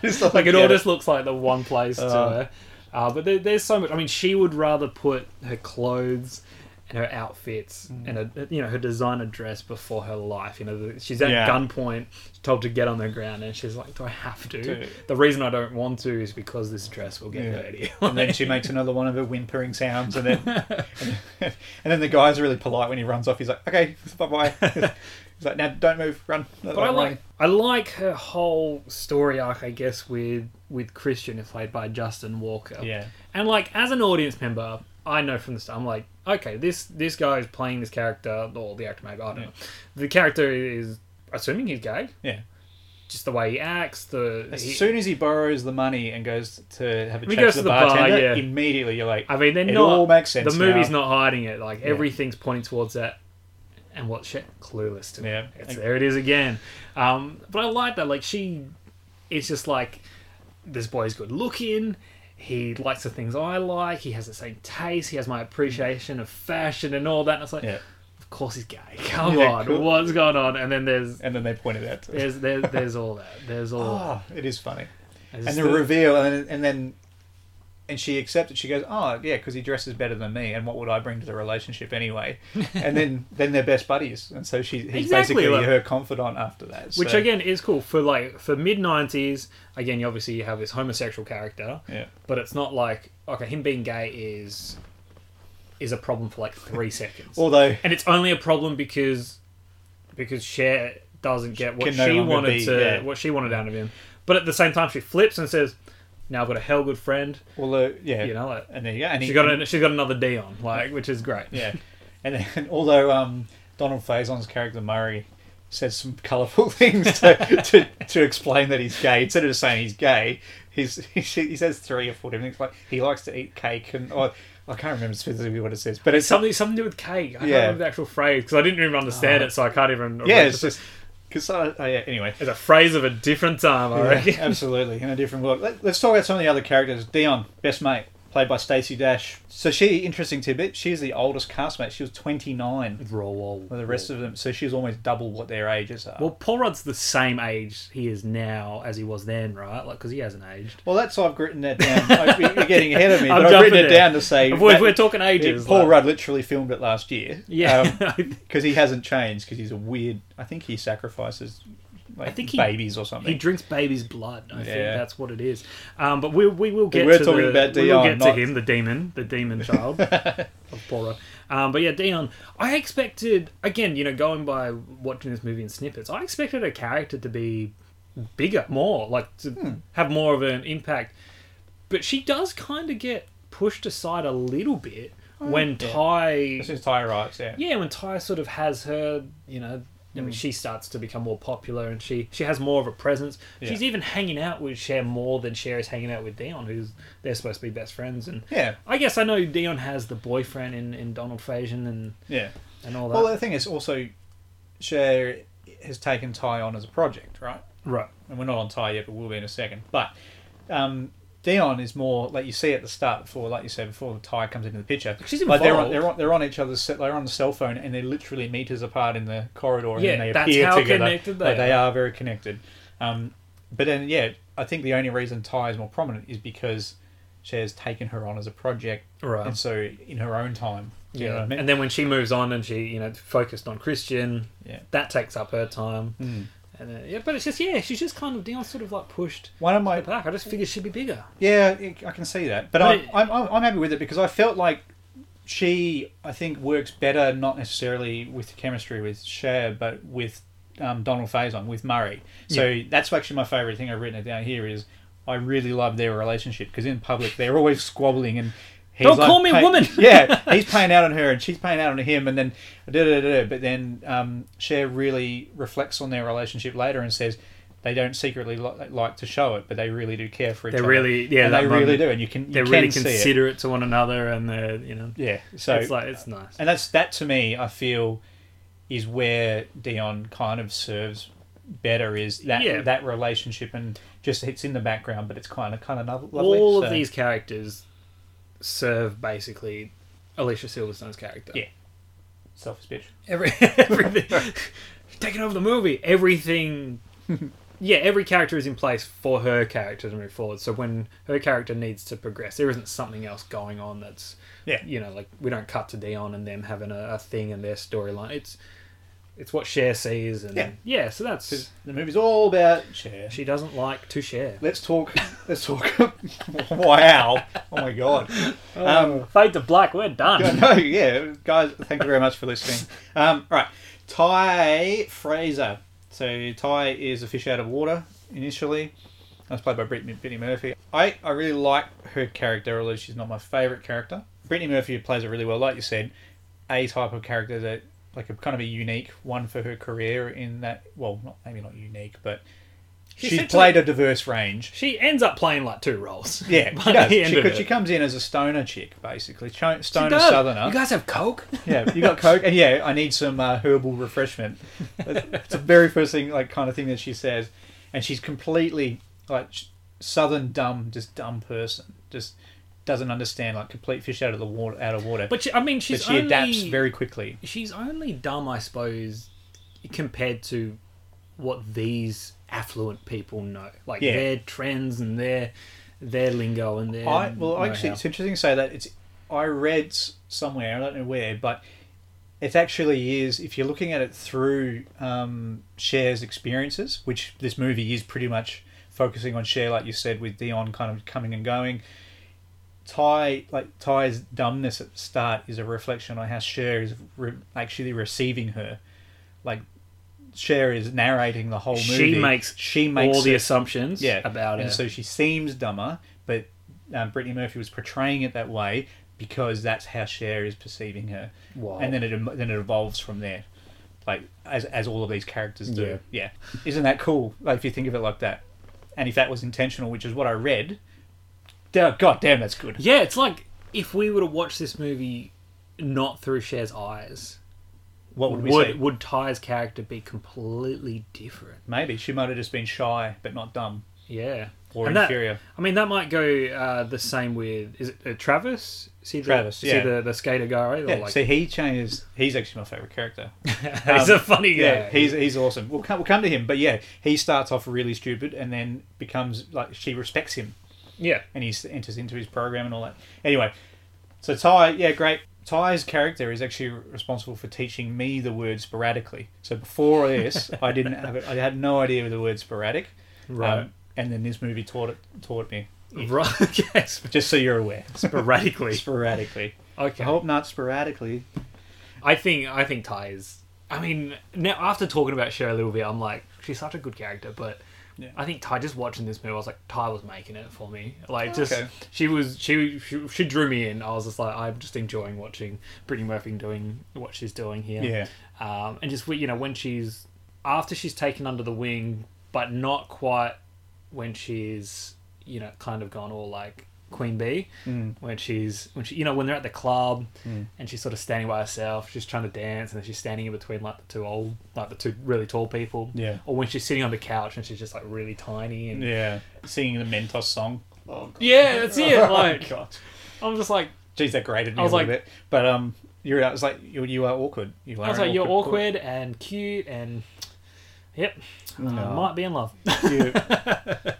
Speaker 1: She's not
Speaker 2: like it
Speaker 1: yeah.
Speaker 2: all just looks like the one place
Speaker 1: Uh.
Speaker 2: to her. Uh, but there, there's so much. I mean, she would rather put her clothes and her outfits
Speaker 1: Mm.
Speaker 2: and her, you know her designer dress before her life. You know, the- she's at
Speaker 1: Yeah.
Speaker 2: gunpoint, told to get on the ground, and she's like, "Do I have to?"
Speaker 1: Do-
Speaker 2: The reason I don't want to is because this dress will get
Speaker 1: Yeah.
Speaker 2: dirty.
Speaker 1: and then she makes another one of her whimpering sounds, and then and then the guy's really polite when he runs off. He's like, "Okay, bye bye." He's like, "Now don't move, run."
Speaker 2: But I like I like her whole story arc, I guess, with with Christian, who's played by Justin Walker.
Speaker 1: Yeah.
Speaker 2: And like as an audience member, I know from the start, I'm like, okay, this this guy is playing this character, or the actor maybe I don't know. The character is assuming he's gay,
Speaker 1: yeah.
Speaker 2: just the way he acts. The
Speaker 1: As
Speaker 2: he-
Speaker 1: soon as he borrows the money and goes to have a chat to
Speaker 2: He
Speaker 1: the,
Speaker 2: goes to the bar,
Speaker 1: bartender,
Speaker 2: yeah.
Speaker 1: immediately you're like,
Speaker 2: I mean, they're
Speaker 1: it
Speaker 2: not.
Speaker 1: all makes sense
Speaker 2: The movie's
Speaker 1: now.
Speaker 2: not hiding it. Like everything's pointing towards that. And what shit? Clueless to me.
Speaker 1: Yeah.
Speaker 2: It's, there it is again. Um, but I like that. Like she, it's just like this boy's good looking. He likes the things I like. He has the same taste. He has my appreciation of fashion and all that. And it's like,
Speaker 1: Yeah.
Speaker 2: of course he's gay. Come
Speaker 1: Yeah,
Speaker 2: on,
Speaker 1: cool.
Speaker 2: what's going on? And then there's
Speaker 1: And then they pointed out to us.
Speaker 2: there's there's, there's all that. There's all.
Speaker 1: Oh, it is funny.
Speaker 2: that. It's
Speaker 1: and the
Speaker 2: the-
Speaker 1: reveal, and, and then, and she accepts it. She goes, "Oh yeah, because he dresses better than me, and what would I bring to the relationship anyway?" and then, then they're best buddies, and so she he's
Speaker 2: Exactly,
Speaker 1: basically
Speaker 2: like-
Speaker 1: her confidant after that.
Speaker 2: which
Speaker 1: so-
Speaker 2: again is cool for like for mid nineties. Again, you obviously have this homosexual character,
Speaker 1: yeah,
Speaker 2: but it's not like okay, him being gay is is a problem for like three seconds,
Speaker 1: although
Speaker 2: and it's only a problem because because Cher doesn't get what
Speaker 1: Can no
Speaker 2: she
Speaker 1: longer
Speaker 2: wanted
Speaker 1: be,
Speaker 2: to
Speaker 1: yeah.
Speaker 2: what she wanted out of him. But at the same time, she flips and says, "Now I've got a hell good friend."
Speaker 1: although yeah,
Speaker 2: You know, like,
Speaker 1: and there you go. And
Speaker 2: she
Speaker 1: he,
Speaker 2: got an, she's got another Dion, like which is great.
Speaker 1: yeah, and then although um, Donald Faison's character Murray says some colourful things to, to to explain that he's gay. Instead of just saying he's gay, he's he, he says three or four different things. Like he likes to eat cake, and or, I can't remember specifically what it says, but it's
Speaker 2: Something something to do with cake. I
Speaker 1: Yeah. Uh-huh.
Speaker 2: don't remember the actual phrase because I didn't even understand it, so I can't even.
Speaker 1: yeah, it's just because uh,
Speaker 2: oh,
Speaker 1: yeah. Anyway,
Speaker 2: It's a phrase of a different time, I reckon.
Speaker 1: absolutely in a different world. Let, us talk about some of the other characters. Dion, best mate, played by Stacey Dash. So she, interesting tidbit, she's the oldest castmate. She was twenty nine with the rest of them, so she's almost double what their ages are.
Speaker 2: Well, Paul Rudd's the same age he is now as he was then, right? Like, because he hasn't aged.
Speaker 1: Well, that's I've written that down. I- You're getting ahead of me,
Speaker 2: I'm
Speaker 1: but I've written
Speaker 2: jumping
Speaker 1: it
Speaker 2: there.
Speaker 1: down to say
Speaker 2: If we're,
Speaker 1: that-
Speaker 2: if we're talking
Speaker 1: it-
Speaker 2: ages,
Speaker 1: Paul
Speaker 2: like-
Speaker 1: Rudd literally filmed it last year.
Speaker 2: Yeah,
Speaker 1: because he hasn't changed. Because he's a weird. I think he sacrifices like
Speaker 2: I think he-
Speaker 1: babies or
Speaker 2: he
Speaker 1: something.
Speaker 2: drinks baby's blood. I think
Speaker 1: Yeah.
Speaker 2: that's what it is. Um, but we we will get
Speaker 1: we're
Speaker 2: to
Speaker 1: talking
Speaker 2: the,
Speaker 1: about
Speaker 2: we will
Speaker 1: Dion,
Speaker 2: get
Speaker 1: not-
Speaker 2: to him, the demon, the demon child of Paul Rudd. Um, but yeah, Dion. I expected again, you know, going by watching this movie in snippets, I expected a character to be bigger, more like to
Speaker 1: Hmm.
Speaker 2: have more of an impact. But she does kind of get pushed aside a little bit
Speaker 1: Oh,
Speaker 2: when Ty
Speaker 1: this is Ty Wright's. Yeah.
Speaker 2: yeah, when Ty sort of has her, you know, I mean, she starts to become more popular and she she has more of a presence. She's even hanging out with Cher more than Cher is hanging out with Dion, who's they're supposed to be best friends. And
Speaker 1: Yeah.
Speaker 2: I guess I know Dion has the boyfriend in, in Donald Faison and
Speaker 1: Yeah.
Speaker 2: and all that.
Speaker 1: Well, uh, the thing is also, Cher has taken Ty on as a project, right?
Speaker 2: right.
Speaker 1: And we're not on Ty yet, but we'll be in a second. But um, Dion is more like you see at the start before, like you said before, Ty comes into the picture.
Speaker 2: She's
Speaker 1: like they're on,
Speaker 2: involved.
Speaker 1: they're on they're on each other's se- they're on the cell phone and they're literally meters apart in the corridor. And
Speaker 2: Yeah,
Speaker 1: then they
Speaker 2: that's
Speaker 1: appear
Speaker 2: how
Speaker 1: together.
Speaker 2: connected they
Speaker 1: Like,
Speaker 2: are.
Speaker 1: are very connected. Um, but then yeah, I think the only reason Ty is more prominent is because Cher's taken her on as a project,
Speaker 2: Right.
Speaker 1: And so in her own time, you know what I mean?
Speaker 2: And then when she moves on and she, you know, focused on Christian,
Speaker 1: Yeah.
Speaker 2: that takes up her time. And then, yeah, but it's just yeah, she's just kind of Dion sort of like pushed
Speaker 1: one of my
Speaker 2: back. I just figured she'd be bigger.
Speaker 1: Yeah, it- I can see that, but,
Speaker 2: But
Speaker 1: I'm,
Speaker 2: it-
Speaker 1: I'm, I'm I'm happy with it because I felt like she, I think, works better not necessarily with the chemistry with Cher, but with um, Donald Faison with Murray. So that's actually my favorite thing I've written it down here is I really love their relationship because in public they're always squabbling and. He's
Speaker 2: Don't call me
Speaker 1: pay-
Speaker 2: woman.
Speaker 1: yeah, he's playing out on her and she's playing out on him, and then da da da. da. But then um, Cher really reflects on their relationship later and says they don't secretly li- like to show it, but they really do care for each
Speaker 2: They
Speaker 1: other.
Speaker 2: really- yeah,
Speaker 1: and
Speaker 2: that
Speaker 1: they really
Speaker 2: moment.
Speaker 1: do, and you can you
Speaker 2: They're
Speaker 1: can
Speaker 2: really
Speaker 1: see it.
Speaker 2: considerate to one another and they're you know
Speaker 1: Yeah, so
Speaker 2: it's like it's nice.
Speaker 1: and that's that to me, I feel, is where Dion kind of serves better is that
Speaker 2: Yeah.
Speaker 1: that relationship and just it's in the background, but it's kind of kind of lo- lovely.
Speaker 2: all
Speaker 1: so-
Speaker 2: of these characters serve basically Alicia Silverstone's character.
Speaker 1: Yeah. selfish bitch.
Speaker 2: Every, everything taking over the movie. Everything Yeah, every character is in place for her character to move forward. So when her character needs to progress, there isn't something else going on that's
Speaker 1: Yeah.
Speaker 2: you know, like we don't cut to Dion and them having a, a thing in their storyline. It's it's what Cher sees and
Speaker 1: Yeah.
Speaker 2: so that's
Speaker 1: The movie's all about Cher.
Speaker 2: she doesn't like to share.
Speaker 1: Let's talk. Let's talk. wow! Oh my god. Um,
Speaker 2: Fade to black, we're done.
Speaker 1: no, yeah, guys, thank you very much for listening. Um, all right, Ty Fraser. So Ty is a fish out of water initially. That's played by Brittany, Brittany Murphy. I, I really like her character, although she's not my favourite character. Brittany Murphy plays it really well, like you said, a type of character that like a kind of a unique one for her career in that. Well, not maybe not unique, but
Speaker 2: She
Speaker 1: she's
Speaker 2: essentially-
Speaker 1: played a diverse range.
Speaker 2: She ends up playing like two roles.
Speaker 1: Yeah,
Speaker 2: By
Speaker 1: she
Speaker 2: the
Speaker 1: does.
Speaker 2: end
Speaker 1: She,
Speaker 2: of
Speaker 1: co-
Speaker 2: it.
Speaker 1: she comes in as a stoner chick, basically. Cho-
Speaker 2: She
Speaker 1: Stoner
Speaker 2: does.
Speaker 1: southerner.
Speaker 2: You guys have coke?
Speaker 1: Yeah, you got Coke, and yeah, I need some uh, herbal refreshment. It's the very first thing, like kind of thing that she says, and she's completely like sh- southern dumb, just dumb person, just doesn't understand like complete fish out of the water, out of water.
Speaker 2: But she, I mean,
Speaker 1: But
Speaker 2: she's
Speaker 1: she
Speaker 2: only,
Speaker 1: adapts very quickly.
Speaker 2: She's only dumb, I suppose, compared to what these affluent people know, like
Speaker 1: Yeah.
Speaker 2: their trends and their their lingo and their.
Speaker 1: I well, actually,
Speaker 2: know-how.
Speaker 1: it's interesting you say that. It's I read s- somewhere, I don't know where, but it actually is. If you're looking at it through um, Cher's experiences, which this movie is pretty much focusing on Cher, like you said, with Dion kind of coming and going. Ty, like Ty's dumbness at the start is a reflection on how Cher is re- actually receiving her. Like Cher is narrating the whole movie.
Speaker 2: she makes
Speaker 1: she makes
Speaker 2: all the
Speaker 1: it-
Speaker 2: assumptions about
Speaker 1: and
Speaker 2: it.
Speaker 1: so she seems dumber, but um, Brittany Murphy was portraying it that way because that's how Cher is perceiving her.
Speaker 2: Wow.
Speaker 1: And then it em- then it evolves from there, like as as all of these characters do. Yeah.
Speaker 2: Yeah.
Speaker 1: Isn't that cool? Like if you think of it like that, and if that was intentional, which is what I read. da- God damn, that's good.
Speaker 2: yeah, it's like if we were to watch this movie not through Cher's eyes,
Speaker 1: What would we say?
Speaker 2: would would Ty's character be completely different?
Speaker 1: Maybe she might have just been shy, but not dumb.
Speaker 2: Yeah.
Speaker 1: Or
Speaker 2: And that-
Speaker 1: inferior.
Speaker 2: I mean, that might go uh, the same with is it uh, Travis? See the,
Speaker 1: Travis,
Speaker 2: see
Speaker 1: yeah.
Speaker 2: the, the skater guy, right? Or
Speaker 1: Yeah,
Speaker 2: like-
Speaker 1: so he changes. He's actually my favorite character.
Speaker 2: he's a funny guy.
Speaker 1: um, Yeah, he's he's awesome. We'll come, we'll come to him, but yeah, he starts off really stupid and then becomes like she respects him
Speaker 2: yeah.
Speaker 1: and he s- enters into his program and all that. Anyway, so Ty, yeah, great. Ty's character is actually responsible for teaching me the word sporadically. So before this, I didn't have it. I had no idea of the word sporadic, um,
Speaker 2: Right.
Speaker 1: and then this movie taught it taught me.
Speaker 2: Right. yes.
Speaker 1: Just so you're aware,
Speaker 2: Sporadically.
Speaker 1: sporadically. I
Speaker 2: Okay.
Speaker 1: hope not sporadically.
Speaker 2: I think I think Ty is. I mean, now after talking about Cher a little bit, I'm like, she's such a good character, but
Speaker 1: Yeah.
Speaker 2: I think Ty just watching this movie, I was like, Ty was making it for me. Like, just
Speaker 1: Oh, Okay.
Speaker 2: she was she, she she drew me in. I was just like, I'm just enjoying watching Brittany Murphy doing what she's doing here.
Speaker 1: Yeah.
Speaker 2: um, and just you know when she's after she's taken under the wing, but not quite when she's you know kind of gone all like Queen Bee
Speaker 1: Mm.
Speaker 2: when she's when she you know when they're at the club and she's sort of standing by herself, she's trying to dance and then she's standing in between like the two old like the two really tall people.
Speaker 1: Yeah.
Speaker 2: Or when she's sitting on the couch and she's just like really tiny and
Speaker 1: Yeah, singing the Mentos song. Oh god.
Speaker 2: Yeah, that's it. Like
Speaker 1: god.
Speaker 2: I'm just like
Speaker 1: Geez, that grated me
Speaker 2: I was
Speaker 1: a little
Speaker 2: like-
Speaker 1: bit. But um, you're. I was like, you, you are awkward. You are.
Speaker 2: I was
Speaker 1: an
Speaker 2: like you're
Speaker 1: awkward
Speaker 2: awkward and cute and yep. I might be in love.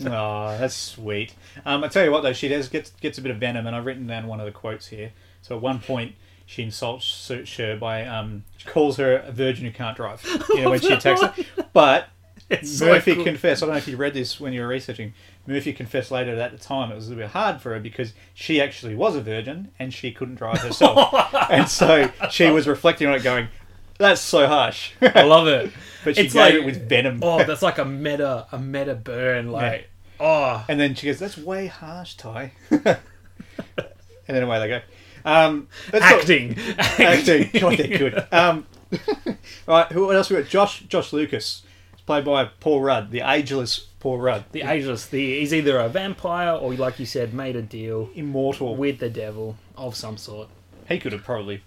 Speaker 1: Oh, that's sweet. Um, I tell you what, though, she does gets gets a bit of venom, and I've written down one of the quotes here. So at one point, she insults Su- Cher by um, she calls her a virgin who can't drive. You know, when she attacks her. But
Speaker 2: so
Speaker 1: Murphy
Speaker 2: cool.
Speaker 1: confessed. I don't know if you read this when you were researching. Murphy confessed later that at the time it was a little bit hard for her because she actually was a virgin and she couldn't drive herself, and so she was reflecting on it, going, "That's so harsh."
Speaker 2: I love it.
Speaker 1: But she
Speaker 2: It's
Speaker 1: gave
Speaker 2: like-
Speaker 1: it with venom.
Speaker 2: Oh, that's like a meta a meta burn. Like oh
Speaker 1: And then she goes, "That's way harsh, Ty." and then away they go. Um, let's talk-
Speaker 2: acting.
Speaker 1: acting. God, they're good. Um, all right, who what else we got? Josh, Josh Lucas, It's played by Paul Rudd, the ageless Paul Rudd,
Speaker 2: The ageless. The he's either a vampire or, like you said, made a deal
Speaker 1: immortal.
Speaker 2: with the devil of some sort.
Speaker 1: He could have probably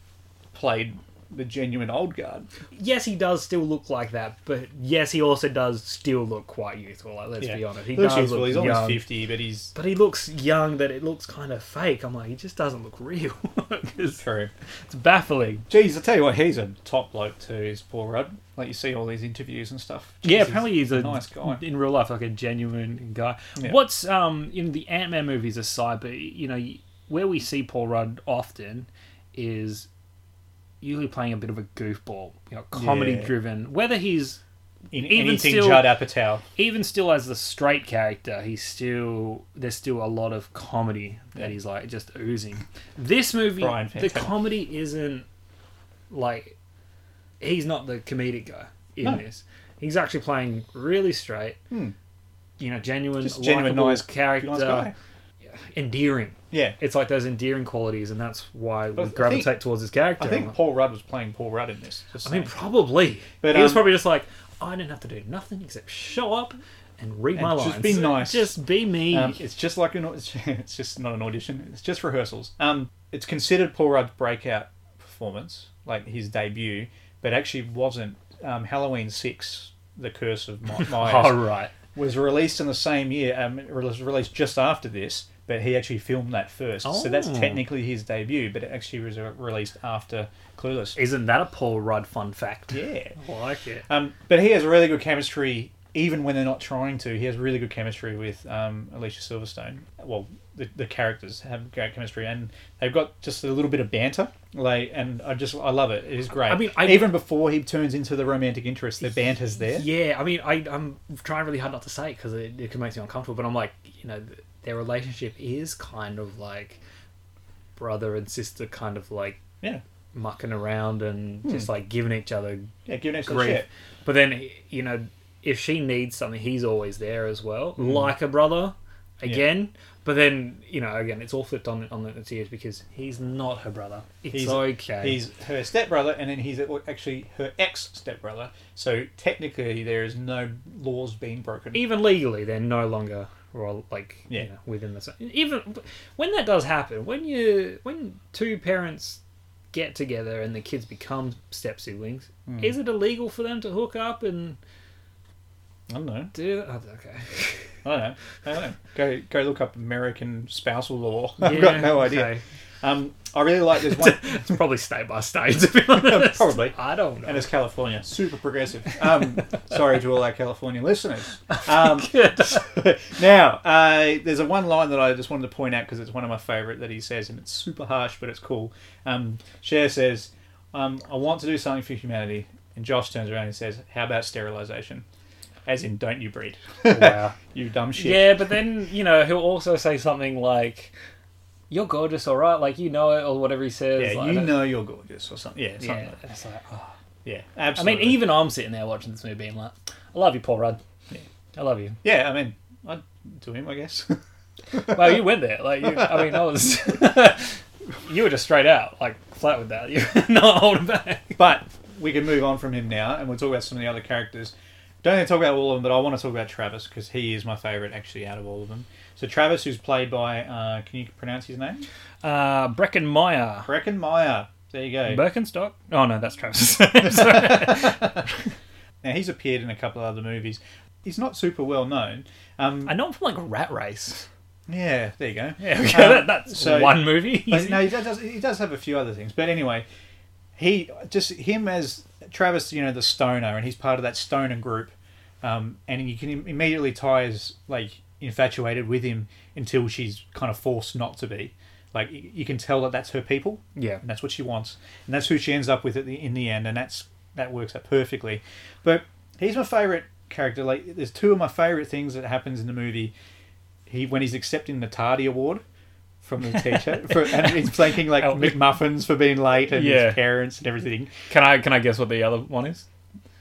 Speaker 1: played the genuine old guard.
Speaker 2: Yes, he does still look like that, but yes, he also does still look quite youthful. Like, let's be honest, he
Speaker 1: Looks
Speaker 2: does
Speaker 1: youthful,
Speaker 2: look
Speaker 1: He's
Speaker 2: young,
Speaker 1: almost fifty, but he's
Speaker 2: but he looks young that it looks kind of fake. I'm like, he just doesn't look real. 'Cause
Speaker 1: true.
Speaker 2: it's baffling.
Speaker 1: Jeez, I tell you what, he's a top bloke too. Is Paul Rudd? Like you see all these interviews and stuff.
Speaker 2: Yeah,
Speaker 1: Jeez,
Speaker 2: apparently he's a
Speaker 1: nice guy.
Speaker 2: in real life, like a genuine guy.
Speaker 1: Yeah.
Speaker 2: What's um in the Ant Man movies aside, but you know where we see Paul Rudd often is usually playing a bit of a goofball, you know, comedy
Speaker 1: Yeah.
Speaker 2: driven. Whether he's
Speaker 1: In
Speaker 2: even
Speaker 1: anything
Speaker 2: still-
Speaker 1: Judd Apatow.
Speaker 2: even still as the straight character, he's still there's still a lot of comedy that he's like just oozing. This movie,
Speaker 1: Brian Van
Speaker 2: the
Speaker 1: Tanner.
Speaker 2: comedy isn't like he's not the comedic guy in
Speaker 1: No. Hmm.
Speaker 2: this. He's actually playing really straight. You know, genuine,
Speaker 1: Just genuine,
Speaker 2: likable
Speaker 1: nice
Speaker 2: character,
Speaker 1: nice guy.
Speaker 2: endearing.
Speaker 1: Yeah.
Speaker 2: It's like those endearing qualities, and that's
Speaker 1: But I
Speaker 2: why we
Speaker 1: think-
Speaker 2: gravitate towards his character.
Speaker 1: I think Paul Rudd was playing Paul Rudd in this. just
Speaker 2: I mean,
Speaker 1: saying.
Speaker 2: probably.
Speaker 1: But,
Speaker 2: he was
Speaker 1: um,
Speaker 2: probably just like, I didn't have to do nothing except show up and read my
Speaker 1: And
Speaker 2: lines.
Speaker 1: just be nice."
Speaker 2: Just be me.
Speaker 1: Um, it's just like an. au- It's just not an audition. It's just rehearsals. Um, it's considered Paul Rudd's breakout performance, like his debut, but actually wasn't. Um, Halloween Six: The Curse of My- Myers
Speaker 2: All right.
Speaker 1: was released in the same year. Um, it was released just after this, but he actually filmed that first. So that's
Speaker 2: Oh.
Speaker 1: technically his debut, but it actually was uh, released after Clueless.
Speaker 2: Isn't that a Paul Rudd fun fact?
Speaker 1: yeah.
Speaker 2: I like it.
Speaker 1: Um, but he has really good chemistry, even when they're not trying to. He has really good chemistry with um, Alicia Silverstone. Well, the, the characters have great chemistry, and they've got just a little bit of banter. Like, and I just I love it. It is great.
Speaker 2: I mean, I-
Speaker 1: even before he turns into the romantic interest, the banter's there.
Speaker 2: Yeah, I mean, I, I'm trying really hard not to say because it, it can make me uncomfortable, but I'm like, you know, th- their relationship is kind of like brother and sister, kind of like
Speaker 1: Yeah,
Speaker 2: mucking around and
Speaker 1: Hmm.
Speaker 2: just like giving each other
Speaker 1: yeah. Giving it some
Speaker 2: grief.
Speaker 1: shit.
Speaker 2: But then, you know, if she needs something, he's always there as well,
Speaker 1: Mm.
Speaker 2: like a brother again. But then, you know, again, it's all flipped on on its ears because he's not her brother. It's
Speaker 1: He's-
Speaker 2: okay.
Speaker 1: He's her stepbrother, and then he's actually her ex stepbrother. So technically, there is no laws being broken.
Speaker 2: even legally they're no longer well, like
Speaker 1: Yeah.
Speaker 2: you know, within the sa- even when that does happen when you when two parents get together and the kids become step siblings
Speaker 1: Mm.
Speaker 2: is it illegal for them to hook up and
Speaker 1: I don't know.
Speaker 2: do oh, okay
Speaker 1: I don't know. I don't know. Go go look up American spousal law. I've got no idea.
Speaker 2: okay.
Speaker 1: Um, I really like this one, Um,
Speaker 2: it's probably state by state to be honest
Speaker 1: Probably.
Speaker 2: I don't know
Speaker 1: and it's California, super progressive. Um, sorry to all our California listeners. Um, now, uh, there's a one line that I just wanted to point out because it's one of my favourite that he says, and it's super harsh, but it's cool. Um, Cher says, um, "I want to do something for humanity," and Josh turns around and says, "How about sterilisation?" As in, don't you breed?
Speaker 2: wow
Speaker 1: you dumb shit.
Speaker 2: yeah but then you know he'll also say something like you're gorgeous all right like you know it or whatever he says
Speaker 1: Yeah,
Speaker 2: like, I
Speaker 1: you
Speaker 2: don't-
Speaker 1: know you're gorgeous or something. Yeah, something
Speaker 2: yeah
Speaker 1: yeah. Like that.
Speaker 2: it's like, oh.
Speaker 1: yeah,
Speaker 2: I
Speaker 1: absolutely.
Speaker 2: mean, even I'm sitting there watching this movie being like, I love you, Paul Rudd. I love you.
Speaker 1: Yeah, I mean, I'd do him, I guess.
Speaker 2: Well, you went there. Like, you, I mean, I was. you were just straight out, like, flat with that. You're not holding back.
Speaker 1: but we can move on from him now, and we'll talk about some of the other characters. Don't need to talk about all of them, but I want to talk about Travis because he is my favourite actually out of all of them. So Travis, who's played by, uh, can you pronounce his name?
Speaker 2: Uh, Brecken Meyer.
Speaker 1: Brecken Meyer. There you go.
Speaker 2: Birkenstock? Oh, no, that's Travis. Sorry.
Speaker 1: now he's appeared in a couple of other movies. He's not super well known. Um,
Speaker 2: I know him from, like, Rat Race.
Speaker 1: yeah, there you go.
Speaker 2: Yeah, okay,
Speaker 1: Um,
Speaker 2: that, that's
Speaker 1: so-
Speaker 2: one movie.
Speaker 1: But no, he does, does- he does have a few other things. But anyway, he just him as Travis, you know, the stoner, and he's part of that stoner group. Um, and you can im- immediately tie as like infatuated with him until she's kind of forced not to be. Like y- you can tell that that's her people,
Speaker 2: Yeah.
Speaker 1: and that's what she wants, and that's who she ends up with at the, in the end, and that's that works out perfectly. But he's my favorite character. Like there's two of my favorite things that happens in the movie. He when he's accepting the tardy award from the teacher, for, and he's thanking like
Speaker 2: Help me.
Speaker 1: McMuffins for being late and
Speaker 2: Yeah.
Speaker 1: his parents and everything.
Speaker 2: Can I can I guess what the other one is?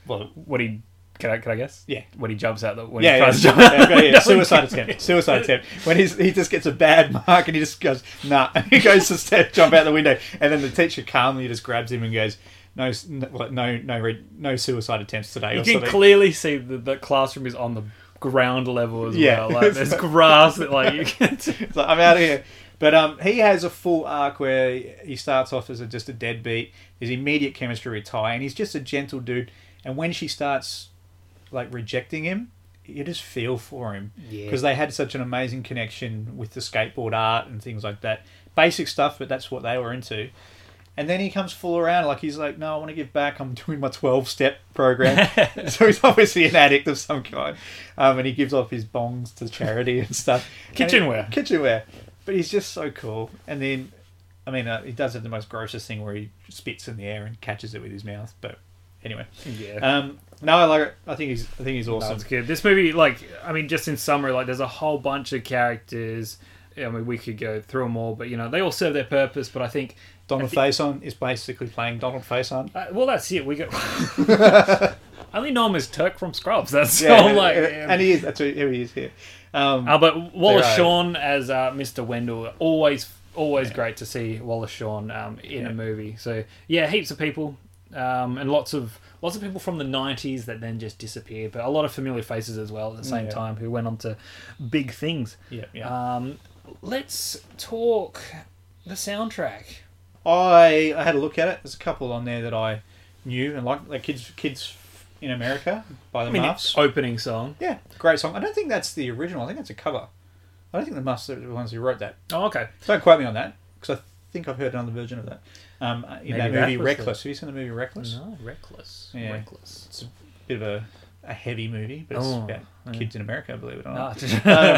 Speaker 1: Well,
Speaker 2: What he. Can I, can I guess?
Speaker 1: Yeah.
Speaker 2: When he jumps out the. When
Speaker 1: yeah,
Speaker 2: he
Speaker 1: yeah,
Speaker 2: tries to jump
Speaker 1: yeah,
Speaker 2: out
Speaker 1: yeah,
Speaker 2: the
Speaker 1: yeah,
Speaker 2: window.
Speaker 1: suicide attempt, suicide attempt. When he's, he just gets a bad mark and he just goes nah, and he goes to step, jump out the window, and then the teacher calmly just grabs him and goes. No, s- no, what, no, no, re- no suicide attempts today.
Speaker 2: You
Speaker 1: or
Speaker 2: can
Speaker 1: something.
Speaker 2: clearly see that the classroom is on the ground level as
Speaker 1: Yeah.
Speaker 2: well. Like there's grass that like you can
Speaker 1: It's like, I'm out of here. But um, he has a full arc where he starts off as a, just a deadbeat. There's immediate chemistry with Ty, and he's just a gentle dude. And when she starts like rejecting him, you just feel for him
Speaker 2: Yeah.
Speaker 1: because they had such an amazing connection with the skateboard art and things like that. Basic stuff, but that's what they were into. And then he comes full around, like he's like, "No, I want to give back. I'm doing my 12 step program." so he's obviously an addict of some kind, um, and he gives off his bongs to charity and stuff. And he-
Speaker 2: Kitchenware.
Speaker 1: kitchenware. But he's just so cool. And then, I mean, uh, he does have the most grossest thing where he spits in the air and catches it with his mouth. But anyway,
Speaker 2: Yeah.
Speaker 1: um, no, I like it. I think he's, I think he's awesome.
Speaker 2: Sounds good. This movie, like, I mean, just in summary, like, there's a whole bunch of characters. I mean, we could go through them all, but you know, they all serve their purpose. But I think,
Speaker 1: Donald Faison is basically playing Donald Faison.
Speaker 2: uh, well, that's it. We got. I only know him as Turk from Scrubs. That's
Speaker 1: Yeah,
Speaker 2: all. I'm Oh, like,
Speaker 1: and,
Speaker 2: yeah.
Speaker 1: he is. That's who, who he is here. Um,
Speaker 2: Uh, but Wallace
Speaker 1: They're right.
Speaker 2: Shawn as uh, Mr. Wendell, always always great to see Wallace Shawn um, in
Speaker 1: Yeah.
Speaker 2: a movie. So yeah, heaps of people um, and lots of lots of people from the '90s that then just disappeared, but a lot of familiar faces as well at the same
Speaker 1: Yeah.
Speaker 2: time who went on to big things.
Speaker 1: yeah, yeah.
Speaker 2: Um, let's talk the soundtrack.
Speaker 1: I I had a look at it. There's a couple on there that I knew and like like kids kids in America by the
Speaker 2: I mean,
Speaker 1: Muffs.
Speaker 2: it's opening song.
Speaker 1: Yeah, great song. I don't think that's the original. I think that's a cover. I don't think the Muffs are the ones who wrote that.
Speaker 2: Oh, okay.
Speaker 1: Don't quote me on that because I think I've heard another version of that. Um, in
Speaker 2: Maybe
Speaker 1: that
Speaker 2: that
Speaker 1: movie
Speaker 2: was
Speaker 1: Reckless. Have you seen the movie Oh, Reckless?
Speaker 2: No, reckless.
Speaker 1: Yeah.
Speaker 2: Reckless.
Speaker 1: It's a bit of a, a heavy movie, but it's
Speaker 2: Oh,
Speaker 1: about kids in America, believe it or
Speaker 2: Ah,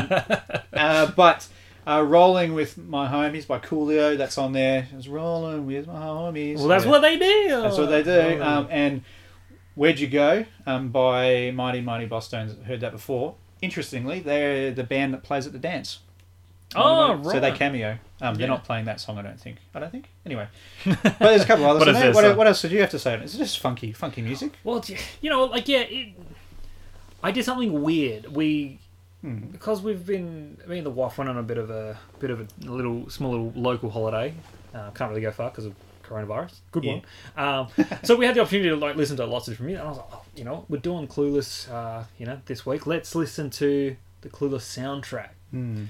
Speaker 1: not. Uh, but uh, Rolling with My Homies by Coolio, that's on there. It's Rolling with My Homies.
Speaker 2: well, that's
Speaker 1: Yeah.
Speaker 2: what uh, they do. Oh,
Speaker 1: That's what they do. Um, and Where'd You Go um, by Mighty Mighty Bosstones. Heard that before. Interestingly, they're the band that plays at the dance.
Speaker 2: oh, right.
Speaker 1: So they cameo. Um, They're
Speaker 2: Yeah.
Speaker 1: not playing that song, I don't think. I don't think. Anyway, but there's a couple others.
Speaker 2: What
Speaker 1: in
Speaker 2: is
Speaker 1: there.
Speaker 2: this Oh,
Speaker 1: What,
Speaker 2: song?
Speaker 1: what else did you have to say? on it? It's just funky, funky music.
Speaker 2: Well, it's- you know, like yeah, it, I did something weird. We because we've been me and the wife went on a bit of a bit of a little small little local holiday. Uh, can't really go far because of coronavirus. Good
Speaker 1: Yeah.
Speaker 2: one. Um, so we had the opportunity to like listen to lots of different music, and I was like, oh, you know, we're doing Clueless. Uh, you know, this week let's listen to the Clueless soundtrack.
Speaker 1: Hmm.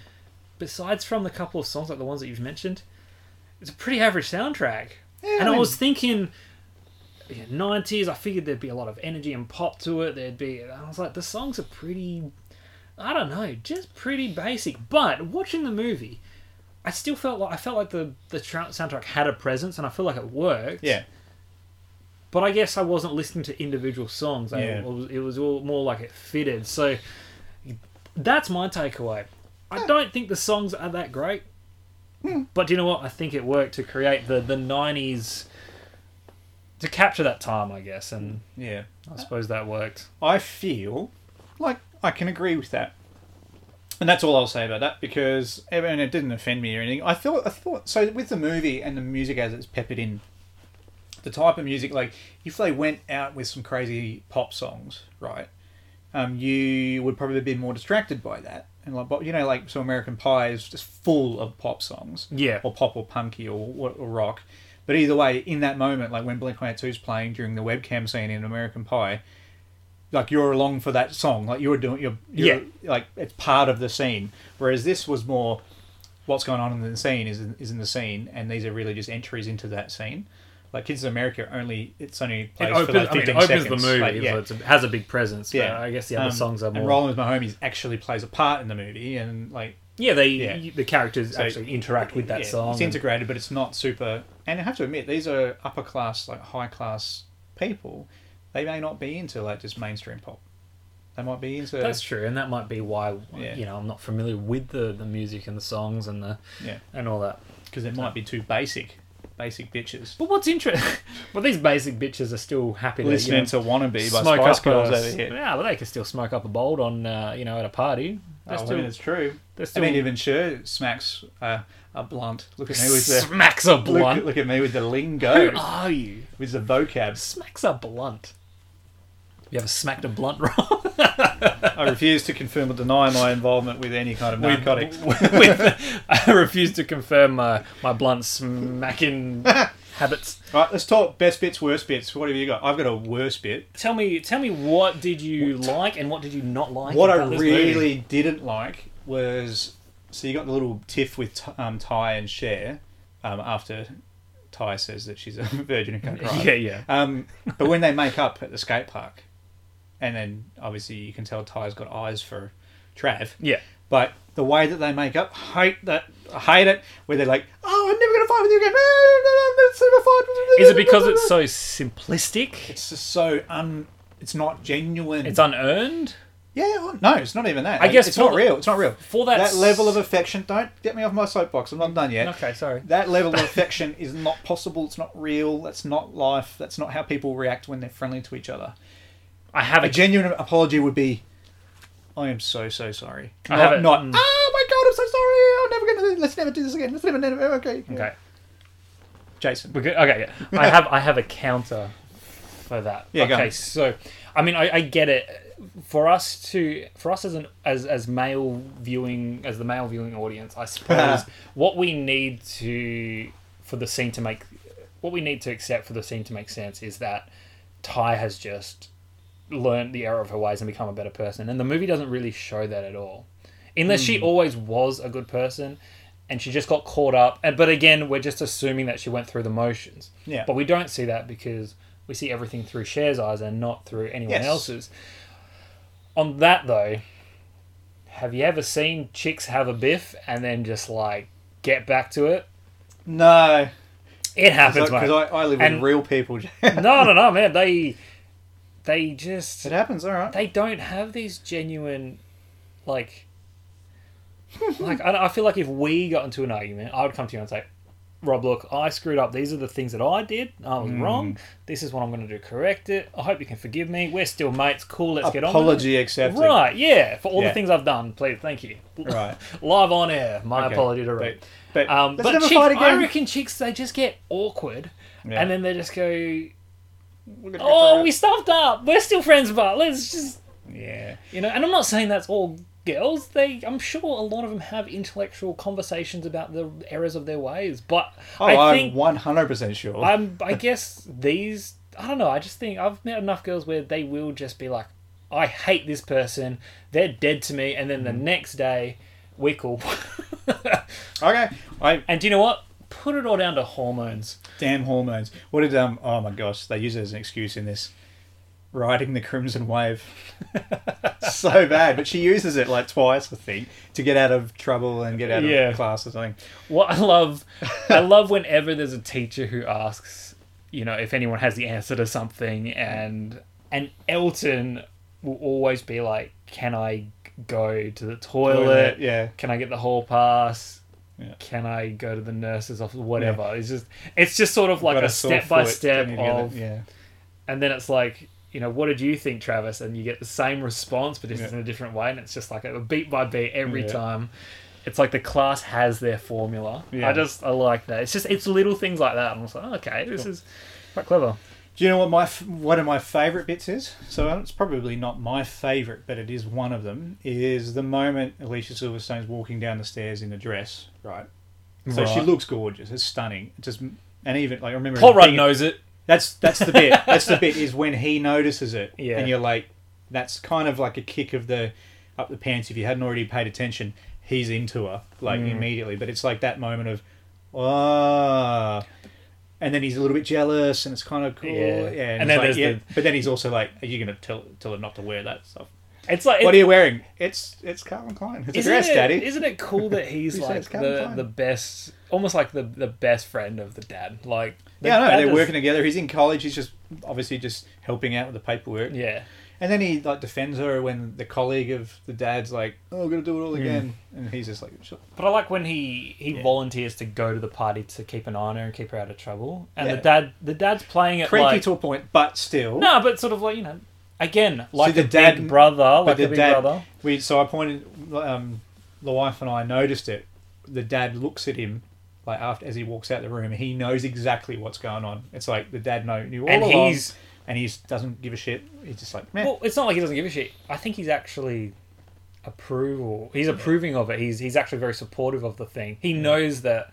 Speaker 2: Besides from the couple of songs like the ones that you've mentioned, it's a pretty average soundtrack. and I
Speaker 1: mean-
Speaker 2: was thinking nineties. I figured there'd be a lot of energy and pop to it. There'd be. I was like, the songs are pretty. I don't know, just pretty basic. But watching the movie, I still felt like I felt like the the tra- soundtrack had a presence, and I feel like it worked.
Speaker 1: Yeah.
Speaker 2: But I guess I wasn't listening to individual songs. I,
Speaker 1: Yeah.
Speaker 2: it, was, it was all more like it fitted. So that's my takeaway. I don't think the songs are that great.
Speaker 1: Hmm.
Speaker 2: But do you know what? I think it worked to create the, the 90s, to capture that time, I guess. And
Speaker 1: Yeah.
Speaker 2: I suppose that worked.
Speaker 1: I feel like I can agree with that. And that's all I'll say about that because I mean, it didn't offend me or anything. I thought I thought so with the movie and the music as it's peppered in the type of music like if they went out with some crazy pop songs, right? Um, you would probably be more distracted by that. And like but, you know like so American Pie is just full of pop songs.
Speaker 2: Yeah.
Speaker 1: Or pop or punky or what or rock. But either way, in that moment, like when Blink One Eight Two is playing during the webcam scene in American Pie, like you're along for that song like you're doing you're, you're like it's part of the scene whereas this was more what's going on in the scene is in, is in the scene and these are really just entries into that scene like kids in america only it's only plays for like 15 seconds. Like, yeah.
Speaker 2: so it has a big presence. Yeah.
Speaker 1: yeah
Speaker 2: uh, I guess the other
Speaker 1: Um,
Speaker 2: songs are more.
Speaker 1: and rolling with my homies actually plays a part in the movie and like
Speaker 2: yeah, they
Speaker 1: Yeah.
Speaker 2: the characters
Speaker 1: So-
Speaker 2: actually interact with that
Speaker 1: yeah,
Speaker 2: song.
Speaker 1: it's
Speaker 2: and-
Speaker 1: integrated but it's not super and i have to admit these are upper class like high class people they may not be into like just mainstream pop they might be into
Speaker 2: That's true, and that might be why
Speaker 1: Yeah.
Speaker 2: you know I'm not familiar with the, the music and the songs and the
Speaker 1: yeah
Speaker 2: and all that.
Speaker 1: because it might be too basic, basic bitches.
Speaker 2: But what's interesting? well, these basic bitches are still happy to
Speaker 1: Listening
Speaker 2: you know,
Speaker 1: to "Wannabe" by
Speaker 2: smoke
Speaker 1: Spice
Speaker 2: up
Speaker 1: Girls
Speaker 2: a,
Speaker 1: over here.
Speaker 2: Yeah, but they can still smoke up a bowl on uh, you know at a party. They're
Speaker 1: Oh, I
Speaker 2: still,
Speaker 1: mean, it's true.
Speaker 2: they're
Speaker 1: I
Speaker 2: still
Speaker 1: mean, even sure smacks uh, a blunt. Look at me with the
Speaker 2: smacks a
Speaker 1: look,
Speaker 2: blunt.
Speaker 1: look at me with the
Speaker 2: Who
Speaker 1: lingo,
Speaker 2: are you?
Speaker 1: with the vocab.
Speaker 2: Smacks a blunt. You ever smacked a blunt wrong?
Speaker 1: I refuse to confirm or deny my involvement with any kind of narcotic.
Speaker 2: With, I refuse to confirm my my blunt smacking habits.
Speaker 1: right, let's talk best bits, worst bits. What have you got? I've got a worst bit.
Speaker 2: Tell me, tell me, what did you like and what did you not like?
Speaker 1: What I
Speaker 2: about this movie?
Speaker 1: really didn't like was so you got the little tiff with T- um, Ty and Cher um, after Ty says that she's a virgin and can't cry.
Speaker 2: yeah, yeah.
Speaker 1: Um, but when they make up at the skate park, and then obviously you can tell Ty's got eyes for Trav.
Speaker 2: Yeah.
Speaker 1: But the way that they make up, hate that, I hate it. Where they're like, "Oh, I'm never gonna fight with you again."
Speaker 2: Is it because it's so simplistic?
Speaker 1: It's just so un. It's not genuine.
Speaker 2: It's unearned?
Speaker 1: Yeah, well, no, it's not even that.
Speaker 2: I
Speaker 1: Like,
Speaker 2: guess
Speaker 1: it's
Speaker 2: for
Speaker 1: not
Speaker 2: the-
Speaker 1: real. It's not real.
Speaker 2: for that
Speaker 1: that
Speaker 2: s-
Speaker 1: level of affection, don't get me off my soapbox. I'm not done yet.
Speaker 2: Okay, sorry.
Speaker 1: That level of affection is not possible. It's not real. That's not life. That's not how people react when they're friendly to each other.
Speaker 2: I have
Speaker 1: A
Speaker 2: a.
Speaker 1: genuine apology would be, "I am so so sorry."
Speaker 2: I
Speaker 1: Not,
Speaker 2: have it.
Speaker 1: not.
Speaker 2: Mm.
Speaker 1: Oh my god, I'm so sorry. I'm never gonna. Let's never do this again. Let's never, never. Okay. Yeah.
Speaker 2: Okay,
Speaker 1: Jason.
Speaker 2: we're good. Okay, yeah. I have I have a counter for that.
Speaker 1: Yeah, go
Speaker 2: okay,
Speaker 1: on.
Speaker 2: so I mean I, I get it. For us to for us as an as as male viewing as the male viewing audience, I suppose what we need to for the scene to make what we need to accept for the scene to make sense is that Ty has just learned the error of her ways and become a better person. And the movie doesn't really show that at all. Unless
Speaker 1: Hmm.
Speaker 2: she always was a good person and she just got caught up. And but again, we're just assuming that she went through the motions.
Speaker 1: Yeah.
Speaker 2: But we don't see that because we see everything through Cher's eyes and not through anyone
Speaker 1: Yes.
Speaker 2: else's. On that though, have you ever seen chicks have a biff and then just like get back to it?
Speaker 1: No,
Speaker 2: It
Speaker 1: because
Speaker 2: happens,
Speaker 1: I,
Speaker 2: mate.
Speaker 1: 'cause I, I live
Speaker 2: And-
Speaker 1: with real people.
Speaker 2: no, no, no, man. They they just
Speaker 1: it happens. All right.
Speaker 2: they don't have these genuine like like I, I feel like if we got into an argument i would come to you and say rob look i screwed up these are the things that i did i
Speaker 1: Hmm.
Speaker 2: was wrong this is what i'm going to do correct it i hope you can forgive me we're still mates cool let's get on with it."
Speaker 1: Apology accepted.
Speaker 2: right yeah for all
Speaker 1: Yeah.
Speaker 2: the things i've done please thank you
Speaker 1: Right.
Speaker 2: live on air my
Speaker 1: Okay.
Speaker 2: apology to rob
Speaker 1: But, but,
Speaker 2: um,
Speaker 1: let's
Speaker 2: but
Speaker 1: never
Speaker 2: chicks,
Speaker 1: fight again.
Speaker 2: I reckon chicks they just get awkward,
Speaker 1: Yeah.
Speaker 2: and then they just go,
Speaker 1: We're gonna go for
Speaker 2: "Oh,
Speaker 1: it.
Speaker 2: we stuffed up. We're still friends, but let's just
Speaker 1: Yeah.
Speaker 2: you know, and I'm not saying that's all girls. They, I'm sure a lot of them have intellectual conversations about the errors of their ways. But
Speaker 1: Oh,
Speaker 2: I
Speaker 1: I am
Speaker 2: think
Speaker 1: one hundred percent sure.
Speaker 2: I'm, I guess these, I don't know. I just think I've met enough girls where they will just be like, I hate this person. They're dead to me. And then the next day, we're cool.
Speaker 1: okay. I
Speaker 2: and do you know what? Put it all down to hormones.
Speaker 1: damn hormones. What did um? Oh my gosh, they use it as an excuse in this. Riding the crimson wave, so bad. But she uses it like twice, I think, to get out of trouble and get out of
Speaker 2: Yeah.
Speaker 1: class or something.
Speaker 2: What I love, I love whenever there's a teacher who asks, you know, if anyone has the answer to something, and and Elton will always be like, "Can I go to the toilet?
Speaker 1: Toilet, yeah.
Speaker 2: Can I get the hall pass?
Speaker 1: Yeah.
Speaker 2: Can I go to the nurse's office? Whatever." It's just, it's just sort of like
Speaker 1: Got
Speaker 2: a
Speaker 1: sore
Speaker 2: step by
Speaker 1: foot,
Speaker 2: step
Speaker 1: don't you get it?
Speaker 2: of,
Speaker 1: yeah.
Speaker 2: and then it's like. You know, what did you think, Travis? And you get the same response, but it's
Speaker 1: Yeah.
Speaker 2: in a different way, and it's just like a beat by beat every
Speaker 1: Yeah.
Speaker 2: time it's like the class has their formula.
Speaker 1: Yeah.
Speaker 2: I just I like that. It's just it's little things like that. I'm just like, oh, okay, this is quite clever.
Speaker 1: Do you know what my f- one of my favourite bits is? So uh, it's probably not my favourite, but it is one of them. Is the moment Alicia Silverstone's walking down the stairs in a dress, right? So she
Speaker 2: Right.
Speaker 1: looks gorgeous. It's stunning. It Just and even like I remember
Speaker 2: Paul Rudd
Speaker 1: being-
Speaker 2: knows it.
Speaker 1: That's that's the bit. That's the bit is when he notices it,
Speaker 2: Yeah.
Speaker 1: and you're like, that's kind of like a kick of the up the pants. If you hadn't already paid attention, he's into her like
Speaker 2: Mm.
Speaker 1: immediately. But it's like that moment of, ah, and then he's a little bit jealous, and it's kind of cool.
Speaker 2: Yeah.
Speaker 1: Yeah,
Speaker 2: And
Speaker 1: and,
Speaker 2: then
Speaker 1: then like,
Speaker 2: there's
Speaker 1: yeah.
Speaker 2: the-
Speaker 1: but then he's also like, are you gonna tell tell her not to wear that stuff?
Speaker 2: It's like
Speaker 1: what
Speaker 2: it-
Speaker 1: are you wearing? It's it's Calvin Klein. It's a
Speaker 2: isn't
Speaker 1: dress,
Speaker 2: it,
Speaker 1: Daddy.
Speaker 2: Isn't it cool that he's
Speaker 1: He said
Speaker 2: like
Speaker 1: it's Calvin
Speaker 2: the
Speaker 1: Klein.
Speaker 2: the best, almost like the the best friend of the dad? Like the
Speaker 1: yeah, no,
Speaker 2: dad
Speaker 1: they're
Speaker 2: is-
Speaker 1: working together. He's in college. He's just obviously just helping out with the paperwork.
Speaker 2: Yeah,
Speaker 1: And then he like defends her when the colleague of the dad's like, "Oh, we're gonna do it
Speaker 2: Hmm.
Speaker 1: all again," and he's just like, "Sure."
Speaker 2: but I like when he he volunteers to go to the party to keep an eye on her and keep her out of trouble. And the
Speaker 1: Yeah.
Speaker 2: dad the dad's playing it
Speaker 1: "Cranky
Speaker 2: like
Speaker 1: to a point, but still."
Speaker 2: no, but sort of like you know. Again, like
Speaker 1: the
Speaker 2: the,
Speaker 1: dad-
Speaker 2: big brother,
Speaker 1: but
Speaker 2: like
Speaker 1: the
Speaker 2: the, big
Speaker 1: dad.
Speaker 2: brother.
Speaker 1: We so I pointed. Um, the wife and I noticed it. The dad looks at him like after as he walks out the room. He knows exactly what's going on. It's like the dad know, knew all
Speaker 2: And
Speaker 1: along,
Speaker 2: he's-
Speaker 1: and he doesn't give a shit. He's just like, "Man,
Speaker 2: Well, it's not like he doesn't give a shit. I think he's actually approval. He's approving of it. He's he's actually very supportive of the thing. He knows that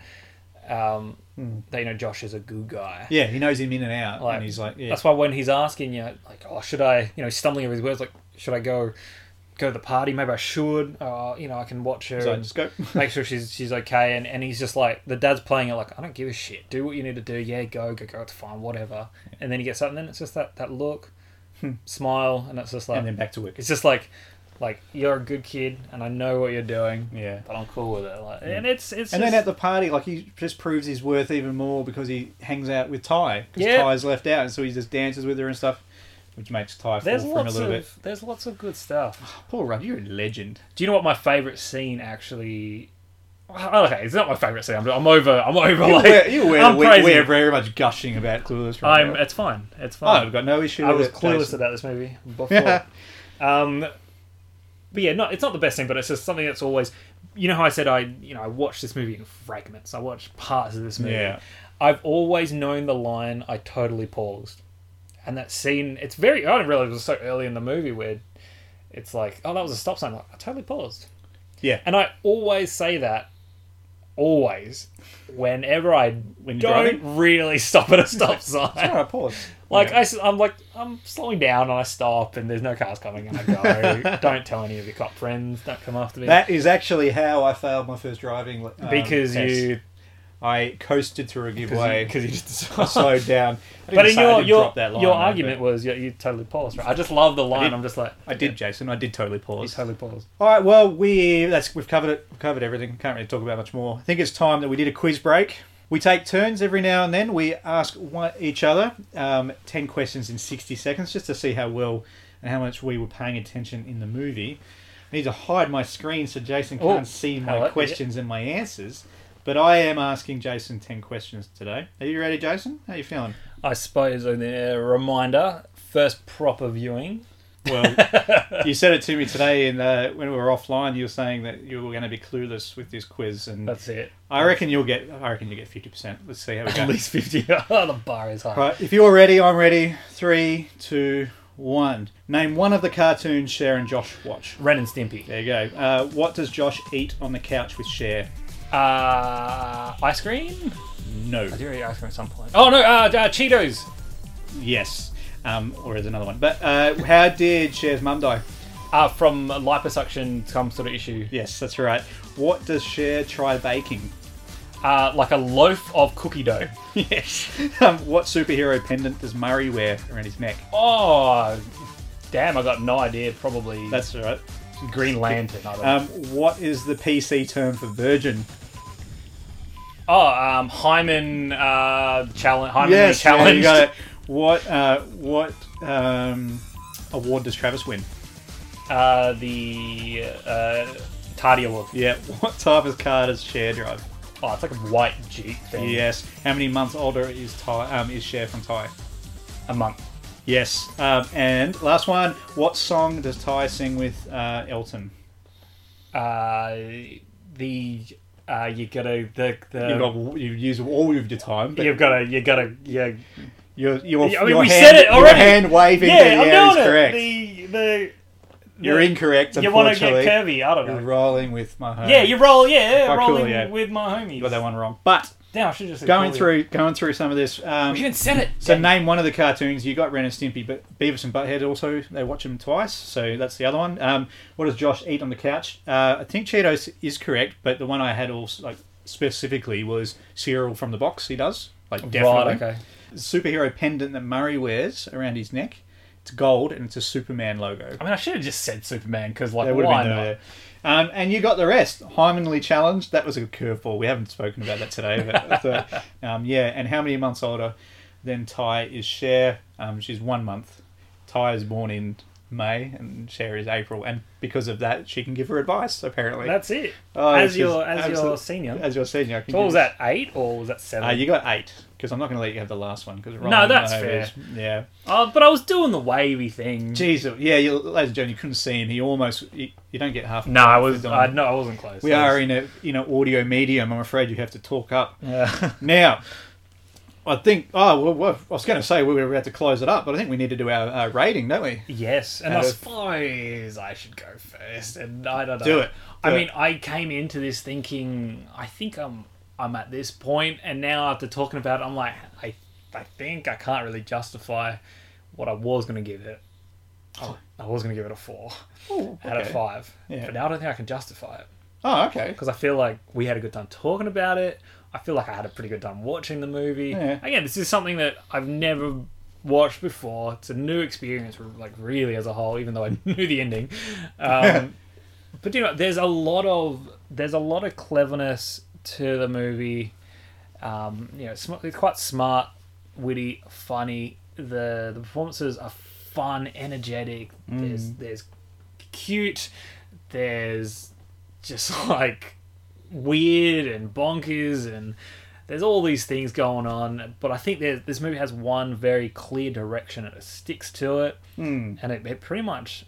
Speaker 2: um
Speaker 1: Hmm.
Speaker 2: that you know Josh is a good guy.
Speaker 1: yeah." He knows him in and out,
Speaker 2: Like,
Speaker 1: and he's like, "Yeah."
Speaker 2: That's why when he's asking you like, oh, should I? You know, stumbling over his words like, should I go go to the party? Maybe I should. Uh, you know, I can watch her.
Speaker 1: He's like,
Speaker 2: and
Speaker 1: "Just go."
Speaker 2: make sure she's she's okay and, and he's just like the dad's playing it like I don't give a shit do what you need to do yeah go go go it's fine whatever and then he gets up and then it's just that that look smile and it's just like
Speaker 1: Hmm. and then back to work.
Speaker 2: it's just like like you're a good kid and I know what you're doing
Speaker 1: Yeah.
Speaker 2: but I'm cool with it like and it's it's
Speaker 1: And
Speaker 2: just,
Speaker 1: then at the party, like he just proves his worth even more because he hangs out with Ty. Because
Speaker 2: Yeah.
Speaker 1: Ty's left out, and so he just dances with her and stuff, which makes Ty fall
Speaker 2: there's
Speaker 1: for him a
Speaker 2: lots
Speaker 1: little
Speaker 2: of
Speaker 1: bit.
Speaker 2: there's lots of good stuff
Speaker 1: Paul Rudd, you're a legend.
Speaker 2: do you know what my favorite scene actually oh, okay it's not my favorite scene I'm, I'm over I'm over
Speaker 1: You're
Speaker 2: like
Speaker 1: aware, you're aware
Speaker 2: I'm
Speaker 1: that we,
Speaker 2: crazy
Speaker 1: we're very much gushing about Clueless right
Speaker 2: I'm
Speaker 1: now.
Speaker 2: it's fine it's
Speaker 1: Oh,
Speaker 2: fine
Speaker 1: we've got no issue
Speaker 2: I was
Speaker 1: with it,
Speaker 2: clueless
Speaker 1: Jason.
Speaker 2: about this movie before. um, but yeah, not it's not the best thing, but it's just something that's always. You know how I said I you know I watched this movie in fragments. I watched parts of this movie.
Speaker 1: Yeah.
Speaker 2: I've always known the line "I totally paused," and that scene. It's very. I didn't realize it was so early in the movie where it's like, oh, that was a stop sign. Like, I totally paused.
Speaker 1: Yeah.
Speaker 2: And I always say that, always, whenever I
Speaker 1: you're
Speaker 2: don't
Speaker 1: driving?
Speaker 2: really stop at a stop sign.
Speaker 1: All right, pause.
Speaker 2: Like
Speaker 1: Yeah.
Speaker 2: I, am like I'm slowing down and I stop and there's no cars coming and I go. don't tell any of your cop friends. Don't come after me
Speaker 1: that is actually how I failed my first driving. um,
Speaker 2: because
Speaker 1: test.
Speaker 2: you
Speaker 1: I coasted through a giveaway
Speaker 2: because you just
Speaker 1: I slowed down. I didn't
Speaker 2: But in
Speaker 1: say- I
Speaker 2: your
Speaker 1: didn't
Speaker 2: your,
Speaker 1: drop that line,
Speaker 2: your
Speaker 1: though, but
Speaker 2: argument was you're, you totally paused. Right? I just love the line.
Speaker 1: did-
Speaker 2: I'm just like
Speaker 1: I did, Jason. I did totally
Speaker 2: you
Speaker 1: pause.
Speaker 2: totally paused.
Speaker 1: All right. Well, we that's we've covered it. We've covered everything. Can't really talk about much more. I think it's time that we did a quiz break. We take turns every now and then. We ask one, each other um, ten questions in sixty seconds, just to see how well and how much we were paying attention in the movie. I need to hide my screen so Jason
Speaker 2: Oh,
Speaker 1: can't see my
Speaker 2: hello, yeah.
Speaker 1: questions and my answers. But I am asking Jason ten questions today. Are you ready, Jason? How you feeling?
Speaker 2: I suppose a reminder. First proper viewing.
Speaker 1: Well, you said it to me today, and uh, when we were offline, you were saying that you were going to be clueless with this quiz, and
Speaker 2: That's it.
Speaker 1: I reckon you'll get. I reckon you get fifty percent. Let's see how we
Speaker 2: At
Speaker 1: go.
Speaker 2: least fifty. oh, the bar is high.
Speaker 1: right, if you're ready, I'm ready. Three, two, one. Name one of the cartoons Cher and Josh watch.
Speaker 2: Ren and Stimpy.
Speaker 1: There you go. Uh, what does Josh eat on the couch with Cher?
Speaker 2: Uh, ice cream.
Speaker 1: No.
Speaker 2: I do eat ice cream at some point. Oh no, uh, uh, Cheetos.
Speaker 1: Yes. Um, or is another one. But uh, how did Cher's mum die?
Speaker 2: Uh, from liposuction, some sort of issue.
Speaker 1: Yes, that's right. What does Cher try baking?
Speaker 2: Uh, like a loaf of cookie dough.
Speaker 1: Yes. Um, what superhero pendant does Murray wear around his neck?
Speaker 2: Oh, damn! I got no idea. Probably
Speaker 1: That's all right.
Speaker 2: Green Lantern. I don't know.
Speaker 1: Um, what is the PC term for virgin?
Speaker 2: Oh, um, Hyman uh, challenge. Hyman
Speaker 1: yes, yeah,
Speaker 2: challenge.
Speaker 1: you got it. What uh, what um, award does Travis win?
Speaker 2: Uh, the uh, Tardy Award.
Speaker 1: Yeah. What type of car does Cher drive?
Speaker 2: Oh, it's like a white Jeep thing.
Speaker 1: Yes. How many months older is Ty? Um, is Cher from Ty?
Speaker 2: a month.
Speaker 1: Yes. Um, and last one. What song does Ty sing with uh, Elton?
Speaker 2: Uh, the uh, you gotta the the.
Speaker 1: You've, got, you've used all of your time. But
Speaker 2: You've got to, you got to, yeah.
Speaker 1: your your,
Speaker 2: I mean,
Speaker 1: your
Speaker 2: we
Speaker 1: hand,
Speaker 2: said it already.
Speaker 1: Your hand waving.
Speaker 2: yeah,
Speaker 1: thing,
Speaker 2: I'm
Speaker 1: yeah,
Speaker 2: doing
Speaker 1: is
Speaker 2: it.
Speaker 1: correct.
Speaker 2: The, the,
Speaker 1: You're incorrect.
Speaker 2: You want to get
Speaker 1: unfortunately.
Speaker 2: curvy? I don't
Speaker 1: You're
Speaker 2: know.
Speaker 1: rolling with my home.
Speaker 2: Yeah, you roll. Yeah,
Speaker 1: Quite cool,
Speaker 2: rolling
Speaker 1: yeah.
Speaker 2: with my homies.
Speaker 1: You got that one wrong. But
Speaker 2: Damn, I should just
Speaker 1: going through going through some of this. Um,
Speaker 2: You haven't said it.
Speaker 1: So name one of the cartoons. You got Ren and Stimpy, but Beavis and Butthead also they watch them twice. So that's the other one. Um, what does Josh eat on the couch? Uh, I think Cheetos is correct, but the one I had also like specifically was cereal from the box. He does like definitely
Speaker 2: Right. Okay.
Speaker 1: superhero pendant that Murray wears around his neck. It's gold and it's a Superman logo.
Speaker 2: I mean, I should have just said Superman because, like,
Speaker 1: That would
Speaker 2: why
Speaker 1: have
Speaker 2: not?
Speaker 1: been there. Um, and you got the rest. Hymanly challenged. That was a curveball. We haven't spoken about that today. But I thought, um, yeah, and how many months older than Ty is Cher? Um, she's one month. Ty is born in May and Cher is April. And because of that, she can give her advice, apparently.
Speaker 2: That's it.
Speaker 1: Oh,
Speaker 2: as
Speaker 1: this
Speaker 2: your
Speaker 1: is
Speaker 2: as your
Speaker 1: absolute-
Speaker 2: senior.
Speaker 1: As your senior. I can
Speaker 2: so what
Speaker 1: give
Speaker 2: was
Speaker 1: you-
Speaker 2: that eight or was that seven?
Speaker 1: Uh, you got eight, because I'm not going to let you have the last one. Cause Ryan
Speaker 2: that's
Speaker 1: Lowe
Speaker 2: fair.
Speaker 1: is- Yeah.
Speaker 2: oh, but I was doing the wavy thing.
Speaker 1: Jeez, yeah, you, ladies and gentlemen, you couldn't see him. He almost, you, you don't get half.
Speaker 2: no, I was.
Speaker 1: Don.
Speaker 2: I, no, I wasn't close.
Speaker 1: We
Speaker 2: I
Speaker 1: are
Speaker 2: was-
Speaker 1: in a in an audio medium. I'm afraid you have to talk up.
Speaker 2: Yeah.
Speaker 1: Now, I think. Oh well, well I was going to say we were about to close it up, but I think we need to do our, our rating, don't we?
Speaker 2: yes, and
Speaker 1: Out
Speaker 2: I
Speaker 1: of-
Speaker 2: suppose I should go first. And I don't know.
Speaker 1: Do it.
Speaker 2: I
Speaker 1: Do
Speaker 2: mean,
Speaker 1: it.
Speaker 2: I came into this thinking I think I'm I'm at this point, and now after talking about it, I'm like I I think I can't really justify what I was going to give it. Oh, I was going to give it a four out
Speaker 1: Oh,
Speaker 2: of
Speaker 1: okay.
Speaker 2: five,
Speaker 1: Yeah.
Speaker 2: but now I don't think I can justify it.
Speaker 1: Oh, okay.
Speaker 2: because I feel like we had a good time talking about it. I feel like I had a pretty good time watching the movie.
Speaker 1: Yeah.
Speaker 2: Again, this is something that I've never watched before. It's a new experience, like really as a whole, even though I knew the ending. Um, but you know, there's a lot of there's a lot of cleverness to the movie. Um, you know, it's, sm- it's quite smart, witty, funny. The the performances are fun, energetic. There's there's cute. There's just like weird and bonkers and there's all these things going on but i think there's- this movie has one very clear direction and it sticks to it
Speaker 1: Hmm.
Speaker 2: and it, it pretty much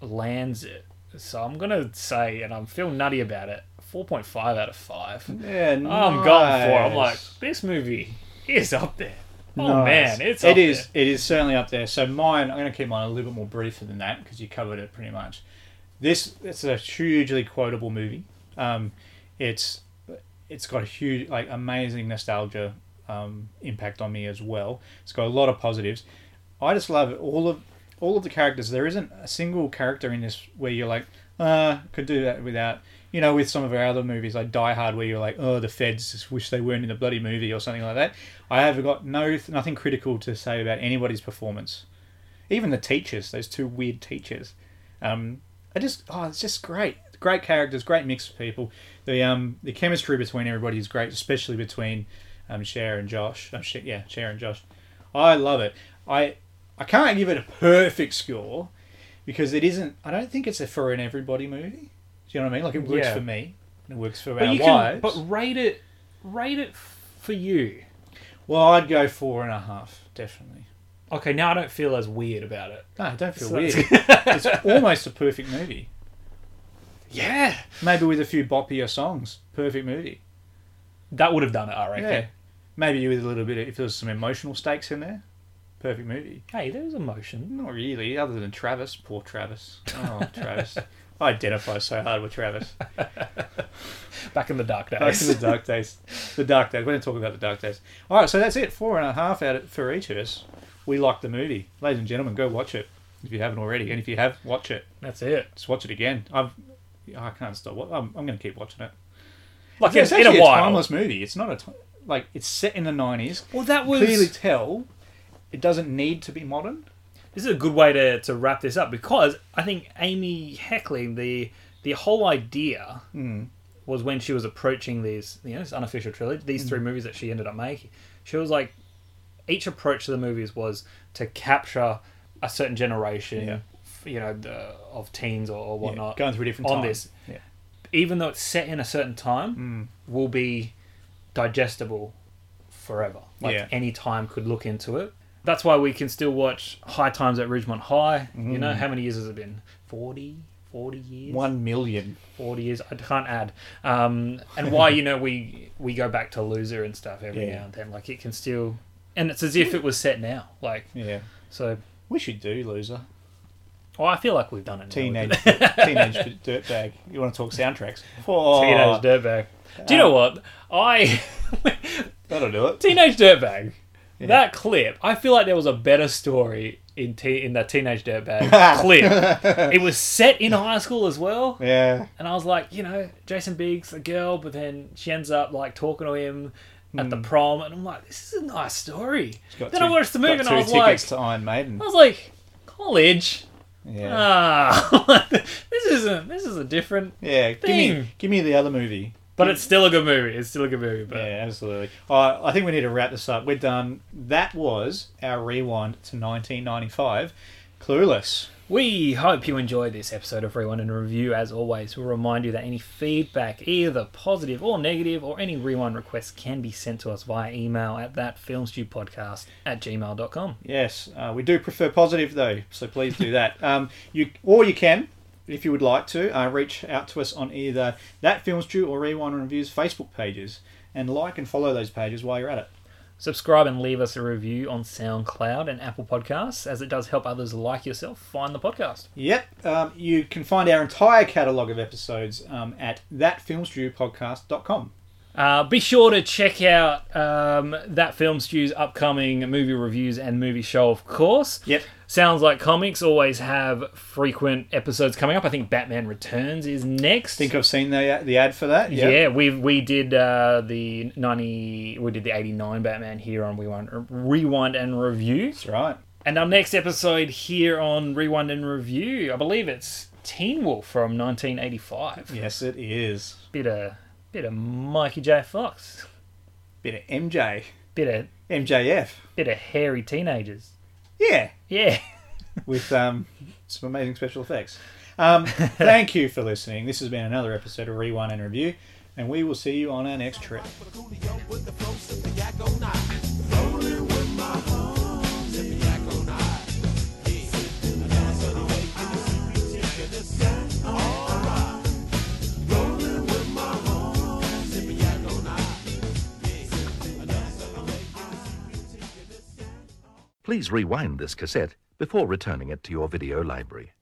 Speaker 2: lands it so i'm gonna say and i'm feeling nutty about it 4.5 out of 5
Speaker 1: Yeah,
Speaker 2: i'm going for it i'm like
Speaker 1: nice.
Speaker 2: this movie is up there oh
Speaker 1: Nice.
Speaker 2: man it's
Speaker 1: It
Speaker 2: up
Speaker 1: is-
Speaker 2: there.
Speaker 1: It is certainly up there. So mine, I'm going to keep mine a little bit more briefer than that because you covered it pretty much. This it's a hugely quotable movie. Um, it's it's got a huge like amazing nostalgia um, impact on me as well. It's got a lot of positives. I just love it. all of all of the characters. There isn't a single character in this where you're like, uh, could do that without. you know, with some of our other movies like Die Hard, where you're like, oh, the feds just wish they weren't in the bloody movie or something like that. I have got no nothing critical to say about anybody's performance, even the teachers, those two weird teachers. Um, I just oh, it's just great, great characters, great mix of people. The um the chemistry between everybody is great, especially between um Cher and Josh. Um, Cher, yeah, Cher and Josh. I love it. I I can't give it a perfect score because it isn't. I don't think it's a for an everybody movie. Do you know what I mean? Like it works
Speaker 2: Yeah.
Speaker 1: for me. and It works for
Speaker 2: But
Speaker 1: our
Speaker 2: you
Speaker 1: wives.
Speaker 2: can, but rate it, rate it for you.
Speaker 1: Well, I'd go four and a half, definitely.
Speaker 2: Okay, now I don't feel as weird about it.
Speaker 1: No, don't feel
Speaker 2: So
Speaker 1: weird.
Speaker 2: that's-
Speaker 1: it's almost a perfect movie.
Speaker 2: Yeah,
Speaker 1: Maybe with a few boppier songs, perfect movie.
Speaker 2: that would have done it. I reckon.
Speaker 1: Yeah. Maybe with a little bit of, if there's some emotional stakes in there, perfect movie.
Speaker 2: Hey, there was emotion.
Speaker 1: Not really, other than Travis. Poor Travis. Oh, Travis. I identify so hard with Travis. Mm.
Speaker 2: Back in the dark days.
Speaker 1: Back in the dark days. The dark days. We're going to talk about the dark days. All right, so that's it. Four and a half out of- for each of us. We like the movie. Ladies and gentlemen, go watch it if you haven't already. And if you have, watch it.
Speaker 2: That's it.
Speaker 1: Just watch it again. I've I can't stop. wa- I'm, I'm going to keep watching it.
Speaker 2: Like
Speaker 1: Yeah,
Speaker 2: in,
Speaker 1: it's
Speaker 2: in
Speaker 1: actually
Speaker 2: a
Speaker 1: a,
Speaker 2: while.
Speaker 1: timeless movie. It's not a ti like it's set in the nineties.
Speaker 2: Well, that was.
Speaker 1: Clearly tell it doesn't need to be modern.
Speaker 2: this is a good way to, to wrap this up because I think Amy Heckling the the whole idea
Speaker 1: Mm.
Speaker 2: was when she was approaching these you know this unofficial trilogy these
Speaker 1: Mm.
Speaker 2: three movies that she ended up making she was like each approach to the movies was to capture a certain generation
Speaker 1: Yeah.
Speaker 2: f- you know the, of teens or, or
Speaker 1: Yeah,
Speaker 2: whatnot
Speaker 1: going through different
Speaker 2: on
Speaker 1: time.
Speaker 2: this
Speaker 1: Yeah.
Speaker 2: even though it's set in a certain
Speaker 1: Hmm.
Speaker 2: time will be digestible forever. Like
Speaker 1: Yeah.
Speaker 2: any time could look into it. That's why we can still watch High Times at Ridgemont High. You know, how many years has it been? 40? 40 years?
Speaker 1: Hmm. One million.
Speaker 2: 40 years. I can't add. Um, and why, you know, we we go back to Loser and stuff every
Speaker 1: Yeah.
Speaker 2: now and then. Like, it can still. And it's as if it was set now. Like,
Speaker 1: Yeah.
Speaker 2: so.
Speaker 1: We should do loser.
Speaker 2: Well, I feel like we've done it. now.
Speaker 1: Teenage teenage dirtbag. You want to talk soundtracks? Oh,
Speaker 2: Teenage Dirtbag. Do you know what? I.
Speaker 1: That'll do it.
Speaker 2: Teenage Dirtbag. That clip, I feel like there was a better story in te- in that Teenage Dirtbag clip. It was set in high school as well,
Speaker 1: Yeah.
Speaker 2: and I was like, you know, Jason Biggs, the girl, but then she ends up like talking to him at the prom, and I'm like, this is a nice story. Then
Speaker 1: Hmm. Got
Speaker 2: I
Speaker 1: two-
Speaker 2: watched the movie,
Speaker 1: got
Speaker 2: and
Speaker 1: two
Speaker 2: I was like,
Speaker 1: tickets to Iron Maiden.
Speaker 2: I was like, college.
Speaker 1: Yeah.
Speaker 2: Ah, this isn't. This is a different.
Speaker 1: yeah. Give
Speaker 2: thing.
Speaker 1: me give me the other movie.
Speaker 2: But it's still a good movie. It's still a good movie. But
Speaker 1: Yeah, absolutely. Uh, I think we need to wrap this up. We're done. That was our rewind to 1995. Clueless.
Speaker 2: We hope you enjoyed this episode of Rewind and Review. As always, we'll remind you that any feedback, either positive or negative, or any rewind requests can be sent to us via email at thatfilmstewpodcast at gmail.com.
Speaker 1: Yes, uh, we do prefer positive though, so please do that. um, you or you can, if you would like to, uh, reach out to us on either that Films Stew or Rewind and Reviews Facebook pages, and like and follow those pages while you're at it.
Speaker 2: Subscribe and leave us a review on SoundCloud and Apple Podcasts, as it does help others like yourself find the podcast.
Speaker 1: Yep, um, you can find our entire catalogue of episodes um, at thatfilmstewpodcast.com.
Speaker 2: Uh, be sure to check out um, That Film Stew's upcoming movie reviews and movie show, of course.
Speaker 1: Yep.
Speaker 2: Sounds like comics always have frequent episodes coming up. I think Batman Returns is next.
Speaker 1: Think I've seen the the ad for that? Yep.
Speaker 2: Yeah, we we did uh, the ninety, we did the eighty nine Batman here on Rewind, Rewind and Review,
Speaker 1: that's right.
Speaker 2: and our next episode here on Rewind and Review, I believe it's Teen Wolf from nineteen eighty five.
Speaker 1: Yes, it is.
Speaker 2: Bit of bit of Mikey J Fox,
Speaker 1: Bit of MJ.
Speaker 2: bit of
Speaker 1: MJF.
Speaker 2: bit of hairy teenagers.
Speaker 1: Yeah,
Speaker 2: Yeah,
Speaker 1: with um, some amazing special effects. Um, thank you for listening. This has been another episode of Rewind and Review, and we will see you on our next trip.
Speaker 8: Please rewind this cassette before returning it to your video library.